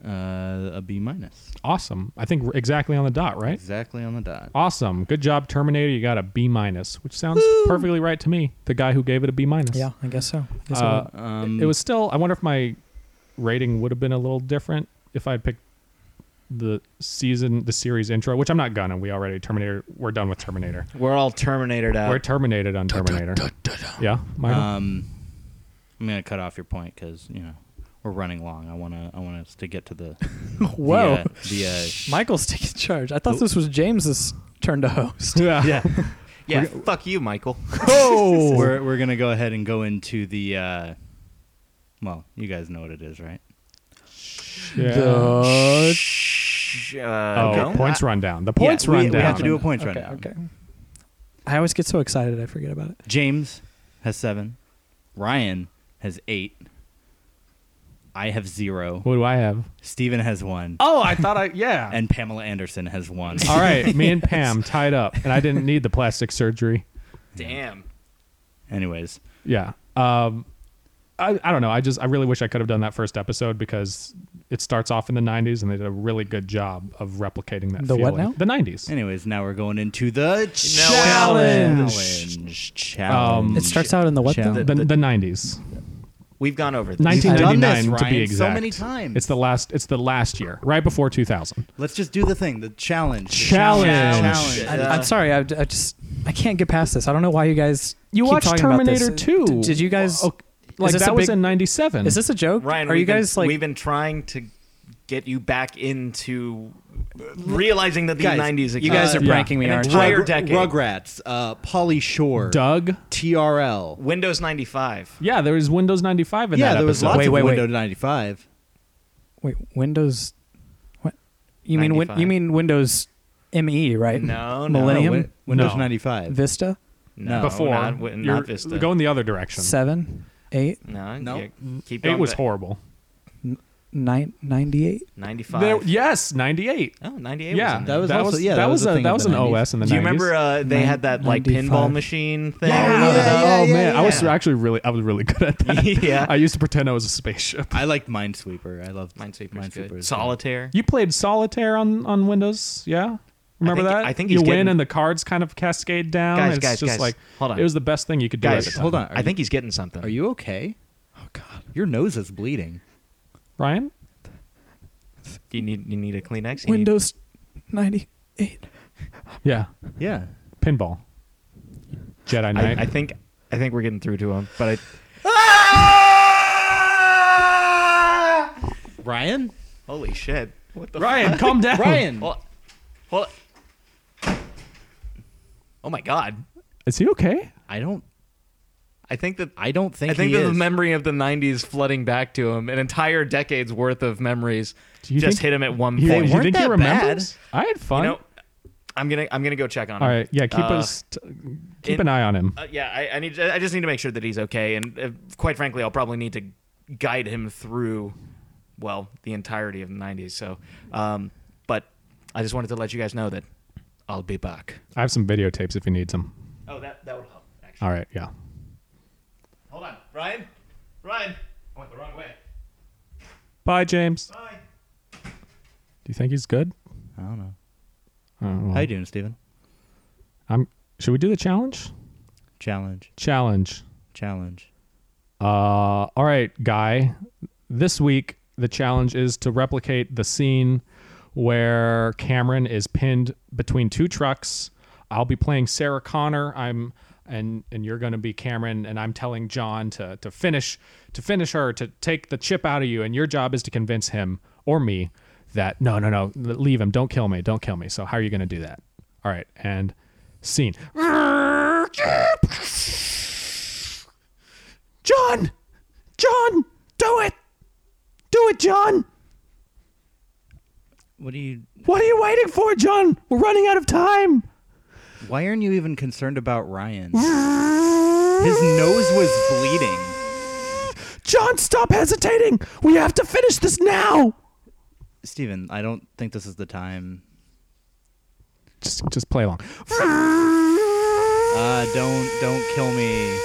Speaker 4: Uh, a B minus.
Speaker 1: Awesome. I think we're exactly on the dot, right?
Speaker 4: Exactly on the dot.
Speaker 1: Awesome. Good job, Terminator. You got a B minus, which sounds perfectly right to me. The guy who gave it a B minus.
Speaker 3: Yeah, I guess so. I guess I
Speaker 1: Uh,
Speaker 3: would.
Speaker 4: Um,
Speaker 1: it was still. I wonder if my rating would have been a little different if I picked the season, the series intro, which I'm not gonna. We already Terminator. We're done with Terminator.
Speaker 2: We're all terminated out.
Speaker 3: Uh,
Speaker 1: We're terminated on Terminator. Yeah, Michael.
Speaker 4: Um, I'm going to cut off your point because you know we're running long. I want to. I want us to get to the.
Speaker 3: Whoa.
Speaker 4: The, uh, the, uh,
Speaker 3: Michael's taking charge. I
Speaker 4: Oh.
Speaker 3: thought this was James's turn to host.
Speaker 1: yeah.
Speaker 4: yeah.
Speaker 2: yeah, fuck you, Michael.
Speaker 1: Oh.
Speaker 4: we're we're gonna go ahead and go into the. Uh, well, you guys know what it is, right?
Speaker 1: Yeah.
Speaker 3: The-
Speaker 2: Shh, uh,
Speaker 1: Oh,
Speaker 2: no?
Speaker 1: points rundown. The points
Speaker 4: we,
Speaker 1: rundown.
Speaker 4: We have to do a points
Speaker 3: okay,
Speaker 4: rundown.
Speaker 3: okay. I always get so excited I forget about it.
Speaker 4: James has seven. Ryan has eight. I have zero.
Speaker 1: What do I have?
Speaker 4: Steven has one.
Speaker 1: Oh, I thought I yeah.
Speaker 4: And Pamela Anderson has one.
Speaker 1: All right, me and Pam tied up, and I didn't need the plastic surgery.
Speaker 2: Damn.
Speaker 4: Anyways,
Speaker 1: Yeah. Um, I, I don't know. I just I really wish I could have done that first episode because it starts off in the '90s and they did a really good job of replicating that.
Speaker 3: The what
Speaker 1: feeling.
Speaker 3: now?
Speaker 1: The '90s.
Speaker 4: anyways, now we're going into the
Speaker 2: Challenge.
Speaker 4: challenge. Challenge.
Speaker 3: Um, It starts out in the what
Speaker 4: Shall-
Speaker 3: though?
Speaker 1: The, the, '90s.
Speaker 2: We've gone over this.
Speaker 1: 1999
Speaker 4: done this,
Speaker 1: to be
Speaker 4: Ryan, so
Speaker 1: exact.
Speaker 4: many times.
Speaker 1: It's the last. It's the last year, right before 2000.
Speaker 4: Let's just do the thing. The challenge. The
Speaker 1: Challenge.
Speaker 4: challenge.
Speaker 3: I,
Speaker 2: Yeah.
Speaker 3: I'm sorry. I, I just I can't get past this. I don't know why you guys
Speaker 1: You
Speaker 3: keep
Speaker 1: watched
Speaker 3: talking about this.
Speaker 1: Terminator 2.
Speaker 3: D- did you guys?
Speaker 1: Oh, Like
Speaker 3: is this
Speaker 1: that
Speaker 3: a
Speaker 1: was
Speaker 3: big-
Speaker 1: in '97.
Speaker 3: Is this a joke?
Speaker 2: Ryan,
Speaker 3: are
Speaker 2: we've
Speaker 3: you guys
Speaker 2: been,
Speaker 3: like?
Speaker 2: we've been trying to get you back into realizing that the
Speaker 4: Guys,
Speaker 2: 90s exist.
Speaker 3: you guys are
Speaker 1: Yeah.
Speaker 3: pranking me,
Speaker 2: An
Speaker 3: aren't
Speaker 2: entire-
Speaker 3: you?
Speaker 4: Rug-
Speaker 2: decade.
Speaker 4: Rugrats. Uh, Polly Shore.
Speaker 1: Doug?
Speaker 4: TRL.
Speaker 2: Windows 95.
Speaker 1: Yeah, there was Windows 95 in
Speaker 4: yeah,
Speaker 1: that
Speaker 4: there was
Speaker 1: episode.
Speaker 4: lots
Speaker 3: Wait,
Speaker 4: of
Speaker 3: wait, wait.
Speaker 4: Windows 95.
Speaker 3: Wait, Windows. What? You mean win,
Speaker 2: 95.
Speaker 3: you mean Windows ME, right?
Speaker 2: No, no.
Speaker 3: Millennium,
Speaker 4: Win- Windows
Speaker 1: No.
Speaker 4: 95.
Speaker 3: Vista,
Speaker 2: No,
Speaker 1: before.
Speaker 2: not, wi-
Speaker 1: You're
Speaker 2: not Vista.
Speaker 1: Going the other direction.
Speaker 3: seven, eight,
Speaker 2: no,
Speaker 4: No.
Speaker 2: yeah, keep going.
Speaker 1: It was
Speaker 2: but
Speaker 1: horrible.
Speaker 3: nine, ninety-eight.
Speaker 2: 95.
Speaker 1: There- yes, 98.
Speaker 2: oh, 98
Speaker 1: Yeah,
Speaker 2: was in
Speaker 4: That
Speaker 2: there.
Speaker 4: was
Speaker 1: that
Speaker 4: also-
Speaker 1: was
Speaker 4: yeah,
Speaker 1: that,
Speaker 4: that
Speaker 1: was
Speaker 4: was a
Speaker 1: a,
Speaker 4: thing
Speaker 1: that
Speaker 4: of
Speaker 1: was
Speaker 4: the
Speaker 1: an
Speaker 4: 90s.
Speaker 1: OS in the
Speaker 2: Do you
Speaker 1: 90s.
Speaker 2: remember uh, they
Speaker 3: Nin-
Speaker 2: had that like
Speaker 3: 95.
Speaker 2: pinball machine thing?
Speaker 1: Yeah,
Speaker 2: or whatever?
Speaker 1: yeah, oh man, I was
Speaker 2: yeah.
Speaker 1: actually really, I was really good at that.
Speaker 2: Oh, Yeah.
Speaker 1: I used to pretend I was a spaceship.
Speaker 4: I liked Minesweeper. I loved
Speaker 2: Minesweeper's
Speaker 4: Minesweeper
Speaker 2: good.
Speaker 4: as well.
Speaker 2: Solitaire.
Speaker 1: You played solitaire on on Windows, yeah? Remember
Speaker 2: I think-
Speaker 1: that?
Speaker 2: I think
Speaker 1: you
Speaker 2: he's
Speaker 1: win
Speaker 2: getting-
Speaker 1: and the cards kind of cascade down.
Speaker 2: Guys,
Speaker 1: it's
Speaker 2: guys,
Speaker 1: just
Speaker 2: guys,
Speaker 1: like
Speaker 2: hold on.
Speaker 1: It was the best thing you could do.
Speaker 2: Guys,
Speaker 1: at the time.
Speaker 4: hold on. Are
Speaker 2: I think he's getting something.
Speaker 4: Are you okay?
Speaker 2: Oh God.
Speaker 4: Your nose is bleeding.
Speaker 1: Ryan.
Speaker 2: You need you need a Kleenex. You need-
Speaker 3: Windows 98.
Speaker 1: Yeah,
Speaker 4: Yeah.
Speaker 1: pinball. Jedi Knight.
Speaker 2: I, I think I think we're getting through to him, but I. Ah!
Speaker 4: Ryan?
Speaker 2: Holy shit! What the
Speaker 1: Ryan, calm down.
Speaker 4: Ryan!
Speaker 2: Hold, hold. Oh my God!
Speaker 1: is he okay?
Speaker 4: I don't
Speaker 2: I think that
Speaker 4: I don't think
Speaker 2: I think
Speaker 4: he
Speaker 2: that the
Speaker 4: is.
Speaker 2: memory of the '90s flooding back to him, an entire decade's worth of memories,
Speaker 1: Do you
Speaker 2: just
Speaker 1: think-
Speaker 2: hit him at one
Speaker 1: You,
Speaker 2: point.
Speaker 1: you
Speaker 4: weren't
Speaker 1: think he
Speaker 4: that
Speaker 1: remembers? I had
Speaker 2: You
Speaker 1: fun.
Speaker 2: know, I'm gonna I'm gonna go check on him.
Speaker 1: All right. Yeah. Keep
Speaker 2: Uh,
Speaker 1: us. T- keep
Speaker 2: in-
Speaker 1: an eye on him.
Speaker 2: Uh, yeah, I, I need. I just need to make sure that he's okay, and uh, quite frankly, I'll probably need to guide him through, well, the entirety of the '90s. So, um, but I just wanted to let you guys know that I'll be back.
Speaker 1: I have some videotapes if he needs them.
Speaker 2: Oh, that that would help. Actually,
Speaker 1: All right. Yeah.
Speaker 2: hold on, Ryan. Ryan, I went the wrong way.
Speaker 1: Bye, James. Do
Speaker 2: Bye.
Speaker 1: you think he's good?
Speaker 4: I don't know.
Speaker 1: I don't know.
Speaker 4: How you doing, Steven?
Speaker 1: I'm. Should we do the challenge?
Speaker 4: Challenge.
Speaker 1: Challenge.
Speaker 4: Challenge.
Speaker 1: Uh, all right, guy. This week the challenge is to replicate the scene where Cameron is pinned between two trucks. I'll be playing Sarah Connor. I'm and and you're going to be Cameron, and I'm telling John to to finish to finish her to take the chip out of you, and your job is to convince him or me that no no no leave him, don't kill me, don't kill me. So how are you going to do that? All right, and scene. John! John! Do it! Do it, John!
Speaker 4: What do you
Speaker 1: What are you waiting for, John? We're running out of time!
Speaker 4: Why aren't you even concerned about Ryan? His nose was bleeding.
Speaker 1: John, stop hesitating! We have to finish this now!
Speaker 4: Steven, I don't think this is the time.
Speaker 1: Just just play along.
Speaker 4: Uh, don't don't kill me.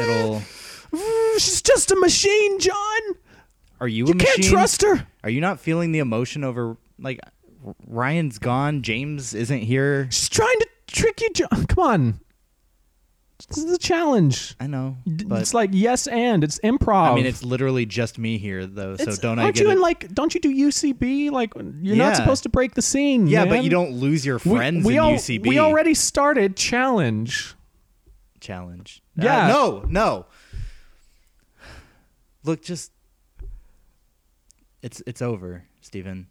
Speaker 4: It'll
Speaker 1: She's just a machine, John!
Speaker 4: Are you, a
Speaker 1: You can't
Speaker 4: machine?
Speaker 1: trust her!
Speaker 4: Are you not feeling the emotion over like R- Ryan's gone, James isn't here?
Speaker 1: She's trying to trick you, John. Come on. This is a challenge.
Speaker 4: I know,
Speaker 1: D-
Speaker 4: but
Speaker 1: it's like yes and it's improv.
Speaker 4: I mean, it's literally just me here though. So
Speaker 1: It's-
Speaker 4: don't I
Speaker 1: aren't
Speaker 4: get
Speaker 1: you
Speaker 4: it?
Speaker 1: in like don't you do UCB? Like you're
Speaker 4: Yeah.
Speaker 1: not supposed to break the scene.
Speaker 4: yeah, but
Speaker 1: man.
Speaker 4: you don't lose your
Speaker 1: We-
Speaker 4: friends
Speaker 1: we
Speaker 4: in
Speaker 1: al-
Speaker 4: UCB.
Speaker 1: We already started challenge.
Speaker 4: challenge.
Speaker 1: Yeah.
Speaker 4: Uh, no, no. Look, just it's it's over, Steven.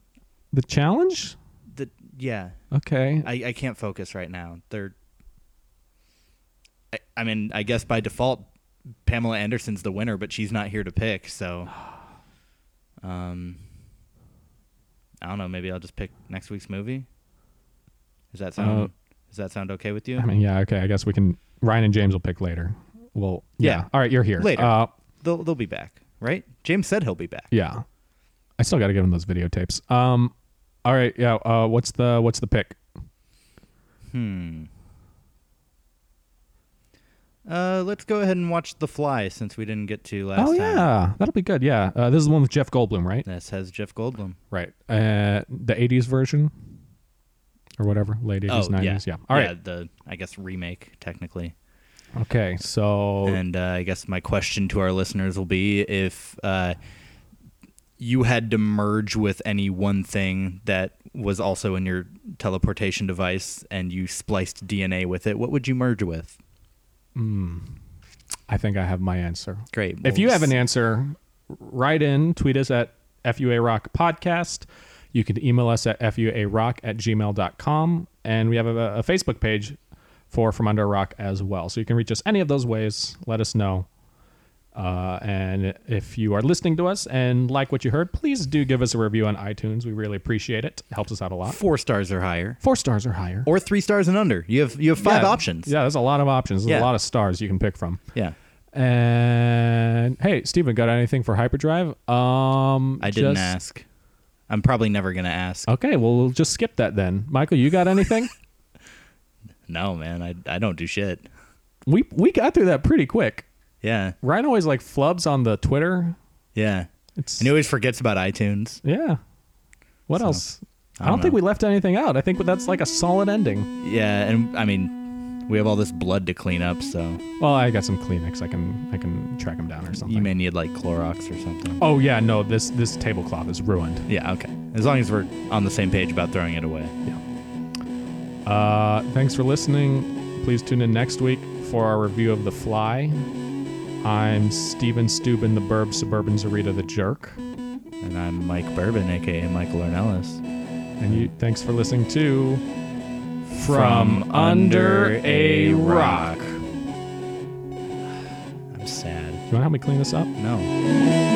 Speaker 1: The challenge?
Speaker 4: The yeah,
Speaker 1: Okay.
Speaker 4: I I can't focus right now. They're. I, I mean, I guess by default, Pamela Anderson's the winner, but she's not here to pick. So, um, I don't know. Maybe I'll just pick next week's movie. Does that sound? does that sound okay with you?
Speaker 1: Uh, I mean, yeah. Okay. I guess we can. Ryan and James will pick later. Well, yeah.
Speaker 4: Yeah.
Speaker 1: All right. You're here
Speaker 4: Later.
Speaker 1: Uh,
Speaker 4: they'll they'll be back, right? James said he'll be back.
Speaker 1: yeah. I still got to give him those videotapes. Um. All right. Yeah. Uh. What's the What's the pick?
Speaker 4: Hmm. Uh, let's go ahead and watch The Fly since we didn't get to last
Speaker 1: oh
Speaker 4: time.
Speaker 1: yeah, that'll be good. Yeah. Uh, this is the one with Jeff Goldblum, right?
Speaker 4: This has Jeff Goldblum.
Speaker 1: Right. Uh. The '80s version, or whatever, late
Speaker 4: Oh,
Speaker 1: '80s, '90s. Yeah. All right.
Speaker 4: The I guess remake technically.
Speaker 1: Okay. So
Speaker 4: And uh, I guess my question to our listeners will be if uh, you had to merge with any one thing that was also in your teleportation device and you spliced DNA with it, what would you merge with?
Speaker 1: hmm. I think I have my answer.
Speaker 4: Great.
Speaker 1: If you have an answer, write in, tweet us at FUA Rock Podcast. You can email us at FUARock at gmail.com. And we have a, a Facebook page for From Under a Rock as well. So you can reach us any of those ways. Let us know. Uh, and if you are listening to us and like what you heard, please do give us a review on iTunes. We really appreciate it. It helps us out a lot.
Speaker 4: four stars or higher.
Speaker 1: Four stars or higher.
Speaker 4: or three stars and under. You have you have five
Speaker 1: Yeah.
Speaker 4: options.
Speaker 1: Yeah, there's a lot of options. There's
Speaker 4: Yeah.
Speaker 1: a lot of stars you can pick from.
Speaker 4: yeah.
Speaker 1: And hey, Steven, got anything for hyperdrive? Um,
Speaker 4: I didn't
Speaker 1: just- Oh.
Speaker 4: ask. I'm probably never gonna ask.
Speaker 1: Okay, well, we'll just skip that then. Michael, you got anything?
Speaker 4: No, man, I I don't do shit.
Speaker 1: we we got through that pretty quick.
Speaker 4: Yeah,
Speaker 1: Ryan always like flubs on the Twitter.
Speaker 4: yeah.
Speaker 1: It's
Speaker 4: And he always forgets about iTunes.
Speaker 1: yeah. What else? I don't think we left anything out. I think that's like a solid ending.
Speaker 4: we. Yeah, and I mean, we have all this blood to clean up, so
Speaker 1: Well, I got some Kleenex. I can I can track them down or something.
Speaker 4: you may need like Clorox or something.
Speaker 1: oh yeah, no. This this tablecloth is ruined.
Speaker 4: Yeah, okay. As long as we're on the same page about throwing it away.
Speaker 1: Uh, thanks for listening. Please tune in next week for our review of The Fly. I'm Steven Steuben, the Burb Suburban Zarita, the Jerk,
Speaker 4: And I'm Mike Bourbon, aka Michael Ornelas.
Speaker 1: and you. Thanks for listening to From Under a Rock.
Speaker 4: I'm sad.
Speaker 1: You want to help me clean this up?
Speaker 4: No.